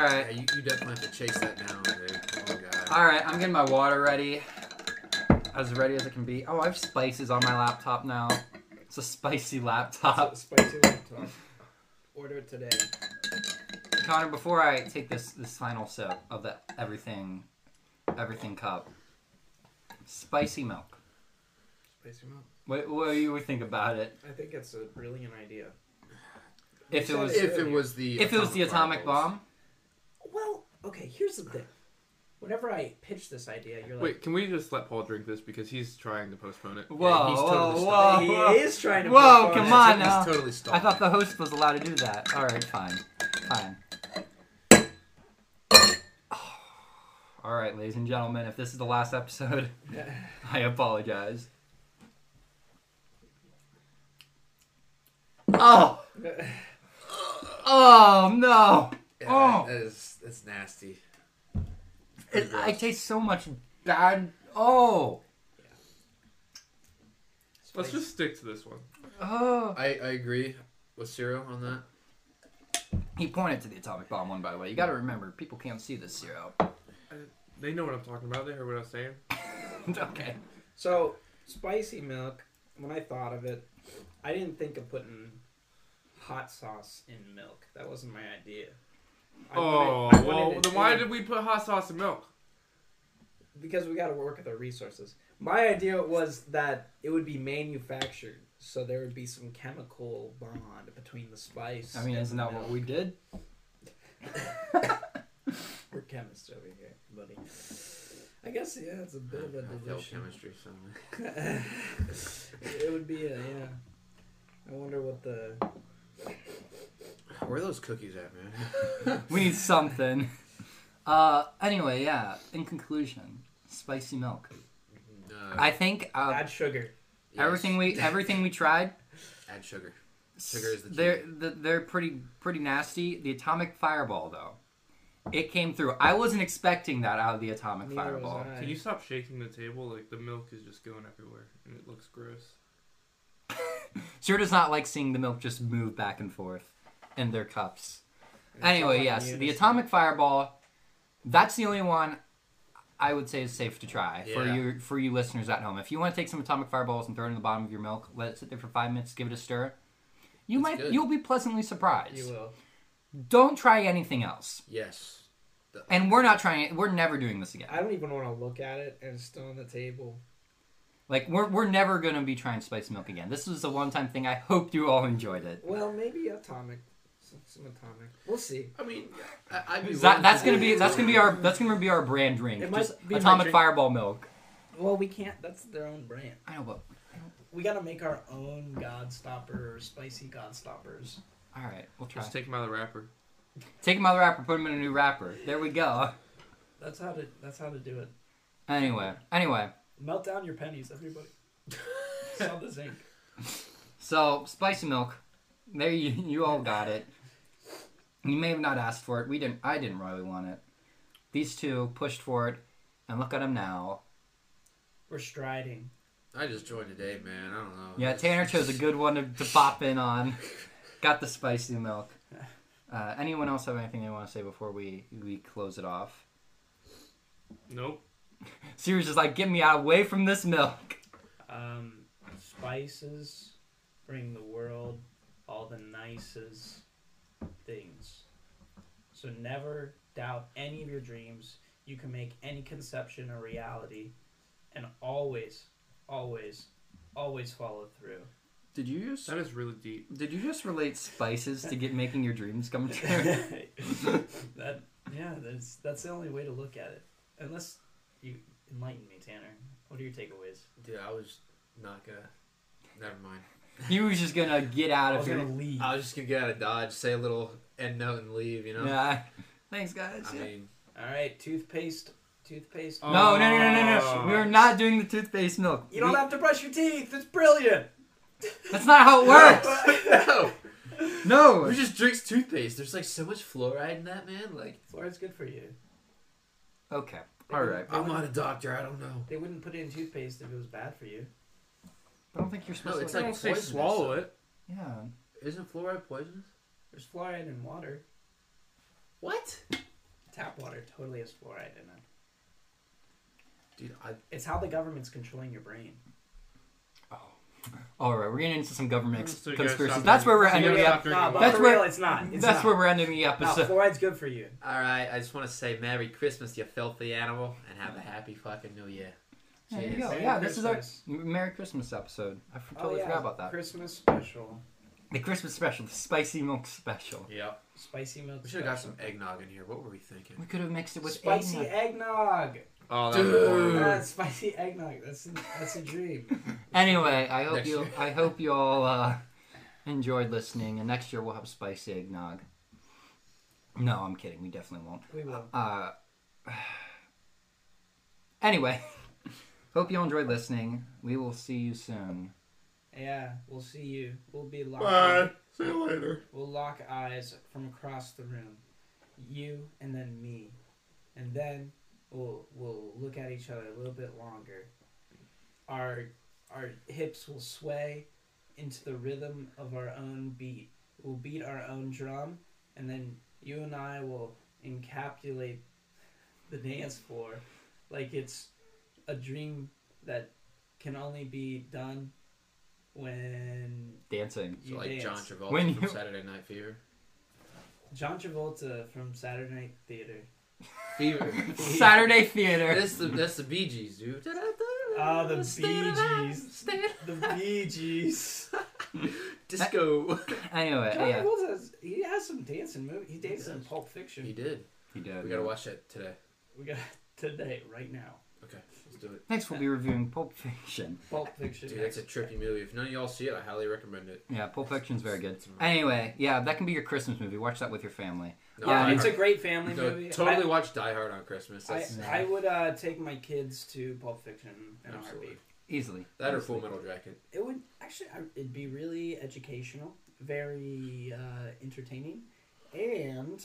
[SPEAKER 2] Yeah,
[SPEAKER 3] right.
[SPEAKER 2] you, you definitely have to chase that down, dude. Oh god.
[SPEAKER 3] All right. I'm getting my water ready. As ready as it can be. Oh, I have spices on my laptop now. It's a spicy laptop.
[SPEAKER 1] Spicy laptop. Order it today.
[SPEAKER 3] Connor, before I take this this final sip of the everything, everything cup, spicy milk.
[SPEAKER 1] Spicy milk.
[SPEAKER 3] What, what do you think about it?
[SPEAKER 1] I think it's a brilliant idea.
[SPEAKER 3] If it was,
[SPEAKER 2] If it was the.
[SPEAKER 3] if it was the atomic
[SPEAKER 2] fireballs.
[SPEAKER 3] bomb,
[SPEAKER 1] Well, okay, here's the thing. Whenever I pitch this idea, you're like,
[SPEAKER 4] Wait, can we just let Paul drink this because he's trying to postpone it?
[SPEAKER 3] whoa,
[SPEAKER 2] Yeah, he's totally
[SPEAKER 3] whoa,
[SPEAKER 1] he
[SPEAKER 3] whoa, whoa.
[SPEAKER 1] is trying to.
[SPEAKER 3] Whoa,
[SPEAKER 1] perform
[SPEAKER 3] come
[SPEAKER 1] it.
[SPEAKER 3] on.
[SPEAKER 2] It's-
[SPEAKER 3] now.
[SPEAKER 2] It's totally stalled.
[SPEAKER 3] I thought the host was allowed to do that. All right, fine, fine. All right, ladies and gentlemen, if this is the last episode, I apologize. Oh, oh no!
[SPEAKER 2] Yeah,
[SPEAKER 3] Oh.
[SPEAKER 2] that is that's nasty.
[SPEAKER 3] It, I taste so much bad. Oh,
[SPEAKER 4] Let's just stick to this one.
[SPEAKER 3] oh.
[SPEAKER 2] I, I agree with Ciro on that.
[SPEAKER 3] He pointed to the atomic bomb one, by the way. You got to remember, people can't see this zero.
[SPEAKER 4] They know what I'm talking about. They heard what I was saying.
[SPEAKER 3] okay.
[SPEAKER 1] So spicy milk. When I thought of it, I didn't think of putting hot sauce in milk. That wasn't my idea. I
[SPEAKER 4] oh,
[SPEAKER 1] wanted- I wanted
[SPEAKER 4] well,
[SPEAKER 1] it
[SPEAKER 4] then why
[SPEAKER 1] in-
[SPEAKER 4] did we put hot sauce and milk?
[SPEAKER 1] Because we got to work with our resources. My idea was that it would be manufactured, so there would be some chemical bond between the spice.
[SPEAKER 3] I mean,
[SPEAKER 1] and
[SPEAKER 3] isn't
[SPEAKER 1] the
[SPEAKER 3] that what
[SPEAKER 1] milk.
[SPEAKER 3] we did?
[SPEAKER 1] We're chemists over here, buddy. I guess yeah, it's a bit of a
[SPEAKER 2] I failed
[SPEAKER 1] delusion.
[SPEAKER 2] chemistry, so
[SPEAKER 1] it would be a yeah. I wonder what the
[SPEAKER 2] where are those cookies at, man?
[SPEAKER 3] We need something. Uh, anyway, yeah. In conclusion, spicy milk.
[SPEAKER 2] Uh,
[SPEAKER 3] I think uh,
[SPEAKER 5] Add sugar.
[SPEAKER 2] yes.
[SPEAKER 3] everything we everything we tried,
[SPEAKER 2] Add sugar. Sugar is the key.
[SPEAKER 3] they're the, they're pretty pretty nasty. The atomic fireball though, it came through. I wasn't expecting that out of the atomic
[SPEAKER 5] Neither was
[SPEAKER 3] fireball.
[SPEAKER 5] I.
[SPEAKER 4] Can you stop shaking the table? Like the milk is just going everywhere, and it looks gross.
[SPEAKER 3] Sure does not like seeing the milk just move back and forth in their cups.
[SPEAKER 5] It's all
[SPEAKER 3] Anyway,
[SPEAKER 5] on
[SPEAKER 3] yes,
[SPEAKER 5] you.
[SPEAKER 3] the atomic fireball. That's the only one I would say is safe to try for
[SPEAKER 2] Yeah.
[SPEAKER 3] you for you listeners at home. If you want to take some atomic fireballs and throw it in the bottom of your milk, let it sit there for five minutes, give it a stir. You
[SPEAKER 2] That's
[SPEAKER 3] might
[SPEAKER 2] good.
[SPEAKER 3] you'll be pleasantly surprised.
[SPEAKER 5] You will.
[SPEAKER 3] Don't try anything else.
[SPEAKER 2] Yes. The-
[SPEAKER 3] And we're not trying it. We're never doing this again.
[SPEAKER 5] I don't even want to look at it, and it's still on the table.
[SPEAKER 3] Like we're we're never gonna be trying spiced milk again. This was a one time thing. I hope you all enjoyed it.
[SPEAKER 5] Well, maybe atomic. Some, some atomic. We'll see.
[SPEAKER 2] I mean, I, I'd be willing
[SPEAKER 3] That, that's
[SPEAKER 2] to
[SPEAKER 3] gonna
[SPEAKER 2] do
[SPEAKER 3] be
[SPEAKER 2] it.
[SPEAKER 3] that's gonna be our that's gonna be our brand drink.
[SPEAKER 1] It might
[SPEAKER 3] Just
[SPEAKER 1] be my
[SPEAKER 3] atomic
[SPEAKER 1] drink.
[SPEAKER 3] fireball milk.
[SPEAKER 1] Well, we can't. That's their own brand.
[SPEAKER 3] I know, but
[SPEAKER 1] We gotta make our own God Stopper or spicy God Stoppers.
[SPEAKER 3] all right, we'll try.
[SPEAKER 4] Just take them out of the wrapper.
[SPEAKER 3] Take him out of the wrapper, put him in a new wrapper. There we go.
[SPEAKER 1] That's how to. That's how to do it.
[SPEAKER 3] Anyway, anyway.
[SPEAKER 1] Melt down your pennies, everybody. Sell the zinc.
[SPEAKER 3] So spicy milk. There you you all got it. You may have not asked for it. We didn't. I didn't really want it. These two pushed for it, and look at them now.
[SPEAKER 1] We're striding.
[SPEAKER 2] I just joined today, man. I don't know.
[SPEAKER 3] Yeah, Tanner chose a good one to, to pop in on. Got the spicy milk. Uh, anyone else have anything they want to say before we we close it off?
[SPEAKER 4] Nope.
[SPEAKER 3] Sirius is like, get me out away from this milk.
[SPEAKER 1] Um, spices bring the world all the nicest things. So never doubt any of your dreams. You can make any conception a reality, and always, always, always follow through.
[SPEAKER 3] Did you just
[SPEAKER 4] That is really deep.
[SPEAKER 3] did you just relate spices to get making your dreams come true?
[SPEAKER 1] that yeah, that's that's the only way to look at it. Unless you enlighten me, Tanner. What are your takeaways?
[SPEAKER 2] Dude, I was not gonna. Never mind.
[SPEAKER 3] You was just gonna get out
[SPEAKER 1] I
[SPEAKER 3] of
[SPEAKER 1] was
[SPEAKER 3] here.
[SPEAKER 1] gonna leave.
[SPEAKER 2] I was just gonna get out of Dodge, say a little end note, and leave. You know.
[SPEAKER 3] Yeah. Thanks, guys.
[SPEAKER 2] I mean,
[SPEAKER 1] All right, toothpaste, toothpaste.
[SPEAKER 4] Oh.
[SPEAKER 3] no, no, no, no, no, no. We are not doing the toothpaste milk.
[SPEAKER 1] You don't
[SPEAKER 3] We-
[SPEAKER 1] have to brush your teeth. It's brilliant.
[SPEAKER 3] That's not how it works.
[SPEAKER 2] no.
[SPEAKER 3] no.
[SPEAKER 2] Who just drinks toothpaste? There's like so much fluoride in that, man. Like,
[SPEAKER 1] Fluoride's good for you.
[SPEAKER 3] Okay. All right.
[SPEAKER 2] I'm not a doctor. I don't know.
[SPEAKER 1] They wouldn't put it in toothpaste if it was bad for you.
[SPEAKER 3] I don't think you're supposed
[SPEAKER 2] No,
[SPEAKER 3] to.
[SPEAKER 2] it's
[SPEAKER 4] I
[SPEAKER 2] like
[SPEAKER 4] don't say
[SPEAKER 2] poisonous,
[SPEAKER 4] swallow
[SPEAKER 2] though.
[SPEAKER 4] it.
[SPEAKER 3] yeah.
[SPEAKER 2] Isn't fluoride poisonous?
[SPEAKER 1] There's fluoride in water.
[SPEAKER 2] What?
[SPEAKER 1] Tap water totally has fluoride in it.
[SPEAKER 2] Dude, I,
[SPEAKER 1] It's how the government's controlling your brain.
[SPEAKER 3] All right. We're getting into some government ex-
[SPEAKER 4] So you guys
[SPEAKER 3] conspiracies.
[SPEAKER 4] stop
[SPEAKER 3] That's where we're
[SPEAKER 4] drinking. So
[SPEAKER 3] ending
[SPEAKER 4] you
[SPEAKER 3] the
[SPEAKER 4] guys
[SPEAKER 3] episode.
[SPEAKER 4] stop drinking
[SPEAKER 1] Nah, but
[SPEAKER 4] water.
[SPEAKER 3] That's
[SPEAKER 1] for
[SPEAKER 3] where-
[SPEAKER 1] real, it's not. It's
[SPEAKER 3] That's
[SPEAKER 1] not.
[SPEAKER 3] where we're ending the
[SPEAKER 1] No,
[SPEAKER 3] episode.
[SPEAKER 1] fluoride's good for you.
[SPEAKER 2] all right. I just want to say Merry Christmas, you filthy animal, and have a happy fucking New Year.
[SPEAKER 3] There you
[SPEAKER 2] Cheers.
[SPEAKER 3] go.
[SPEAKER 1] Merry
[SPEAKER 3] Yeah, this is our
[SPEAKER 1] Christmas.
[SPEAKER 3] Merry Christmas episode. I f-
[SPEAKER 1] Oh,
[SPEAKER 3] totally
[SPEAKER 1] yeah,
[SPEAKER 3] forgot about that.
[SPEAKER 1] Christmas special.
[SPEAKER 3] The Christmas special, the spicy milk special.
[SPEAKER 2] Yep.
[SPEAKER 1] Spicy milk.
[SPEAKER 2] We should have got some
[SPEAKER 1] special.
[SPEAKER 2] eggnog in here. What were we thinking?
[SPEAKER 3] We could have mixed it with
[SPEAKER 1] spicy
[SPEAKER 3] eggnog.
[SPEAKER 1] eggnog.
[SPEAKER 4] Oh, that
[SPEAKER 2] Dude.
[SPEAKER 4] was horrible.
[SPEAKER 1] Ah, spicy eggnog. That's a, that's a dream.
[SPEAKER 3] Anyway, I hope
[SPEAKER 2] Next
[SPEAKER 3] you
[SPEAKER 2] year.
[SPEAKER 3] I hope you all uh, enjoyed listening, and next year we'll have spicy eggnog. No, I'm kidding. We definitely won't.
[SPEAKER 1] We will.
[SPEAKER 3] Uh, anyway, hope you all enjoyed listening. We will see you soon.
[SPEAKER 1] Yeah, we'll see you. We'll be locked.
[SPEAKER 4] Bye. See you later.
[SPEAKER 1] We'll lock eyes from across the room. You and then me. And then we'll we'll look at each other a little bit longer. Our our hips will sway into the rhythm of our own beat. We'll beat our own drum and then you and I will encapsulate the dance floor like it's a dream that can only be done when
[SPEAKER 3] Dancing.
[SPEAKER 2] So
[SPEAKER 1] you
[SPEAKER 2] like
[SPEAKER 1] dance.
[SPEAKER 2] John Travolta
[SPEAKER 3] When
[SPEAKER 2] from
[SPEAKER 3] you-
[SPEAKER 2] Saturday Night Fever.
[SPEAKER 1] John Travolta from Saturday Night Theater.
[SPEAKER 2] Fever.
[SPEAKER 3] Saturday theater.
[SPEAKER 2] That's the that's the Bee Gees, dude.
[SPEAKER 1] Ah, the
[SPEAKER 2] Stay alive,
[SPEAKER 1] Bee Gees.
[SPEAKER 2] stay alive.
[SPEAKER 1] The Bee Gees.
[SPEAKER 2] Disco.
[SPEAKER 3] Anyway,
[SPEAKER 1] John
[SPEAKER 3] Uh, yeah,
[SPEAKER 1] Travolta has, he has some dancing movie. He dances in
[SPEAKER 2] does.
[SPEAKER 1] Pulp
[SPEAKER 2] he
[SPEAKER 1] Fiction.
[SPEAKER 2] did.
[SPEAKER 3] he did.
[SPEAKER 2] We gotta watch that today.
[SPEAKER 1] We got today, right now.
[SPEAKER 2] Okay, let's do it.
[SPEAKER 3] Next, we'll be reviewing Pulp Fiction.
[SPEAKER 1] Pulp Fiction.
[SPEAKER 2] Dude, that's a trippy movie. If none of y'all see it, I highly recommend it.
[SPEAKER 3] Yeah, Pulp Fiction's very good.
[SPEAKER 2] It's a-
[SPEAKER 3] Anyway, yeah, that can be your Christmas movie. Watch that with your family.
[SPEAKER 2] No,
[SPEAKER 1] yeah,
[SPEAKER 2] Die
[SPEAKER 1] it's a
[SPEAKER 2] Hard.
[SPEAKER 1] great family
[SPEAKER 2] No,
[SPEAKER 1] movie.
[SPEAKER 2] totally watch Die Hard on Christmas.
[SPEAKER 1] I,
[SPEAKER 2] That's
[SPEAKER 1] I, I would uh, take my kids to Pulp Fiction in a
[SPEAKER 2] absolutely.
[SPEAKER 1] heartbeat.
[SPEAKER 3] Easily.
[SPEAKER 2] That or
[SPEAKER 3] Easily.
[SPEAKER 2] Full Metal Jacket.
[SPEAKER 1] It would actually, I- it'd be really educational, very uh, entertaining, and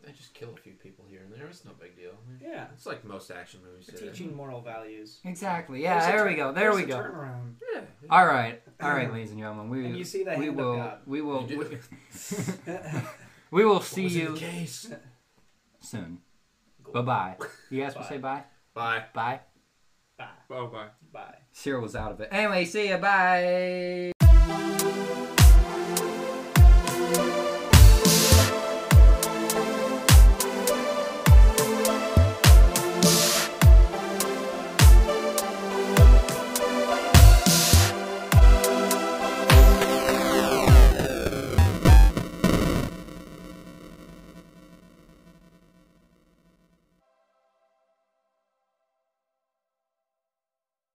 [SPEAKER 2] They just kill a few people here and there. It's no big deal.
[SPEAKER 1] yeah,
[SPEAKER 2] It's like most action movies. today.
[SPEAKER 1] teaching moral values.
[SPEAKER 3] Exactly. Yeah,
[SPEAKER 1] There's a
[SPEAKER 3] there
[SPEAKER 1] tur-
[SPEAKER 3] we go. There
[SPEAKER 1] there's
[SPEAKER 3] we
[SPEAKER 1] a
[SPEAKER 3] go.
[SPEAKER 1] Turnaround.
[SPEAKER 2] Yeah.
[SPEAKER 3] All right. All right, ladies and gentlemen. We,
[SPEAKER 1] And you see the
[SPEAKER 3] we
[SPEAKER 1] hand of
[SPEAKER 3] will,
[SPEAKER 1] God.
[SPEAKER 3] We will,
[SPEAKER 2] You do.
[SPEAKER 3] we, we will see
[SPEAKER 2] was in
[SPEAKER 3] you
[SPEAKER 2] the case?
[SPEAKER 3] soon. Bye bye. You guys will
[SPEAKER 1] Bye.
[SPEAKER 3] say bye?
[SPEAKER 2] Bye.
[SPEAKER 3] Bye.
[SPEAKER 1] Bye.
[SPEAKER 6] Oh, bye.
[SPEAKER 1] Bye.
[SPEAKER 3] Cyril was out of it. Anyway, see ya. Bye.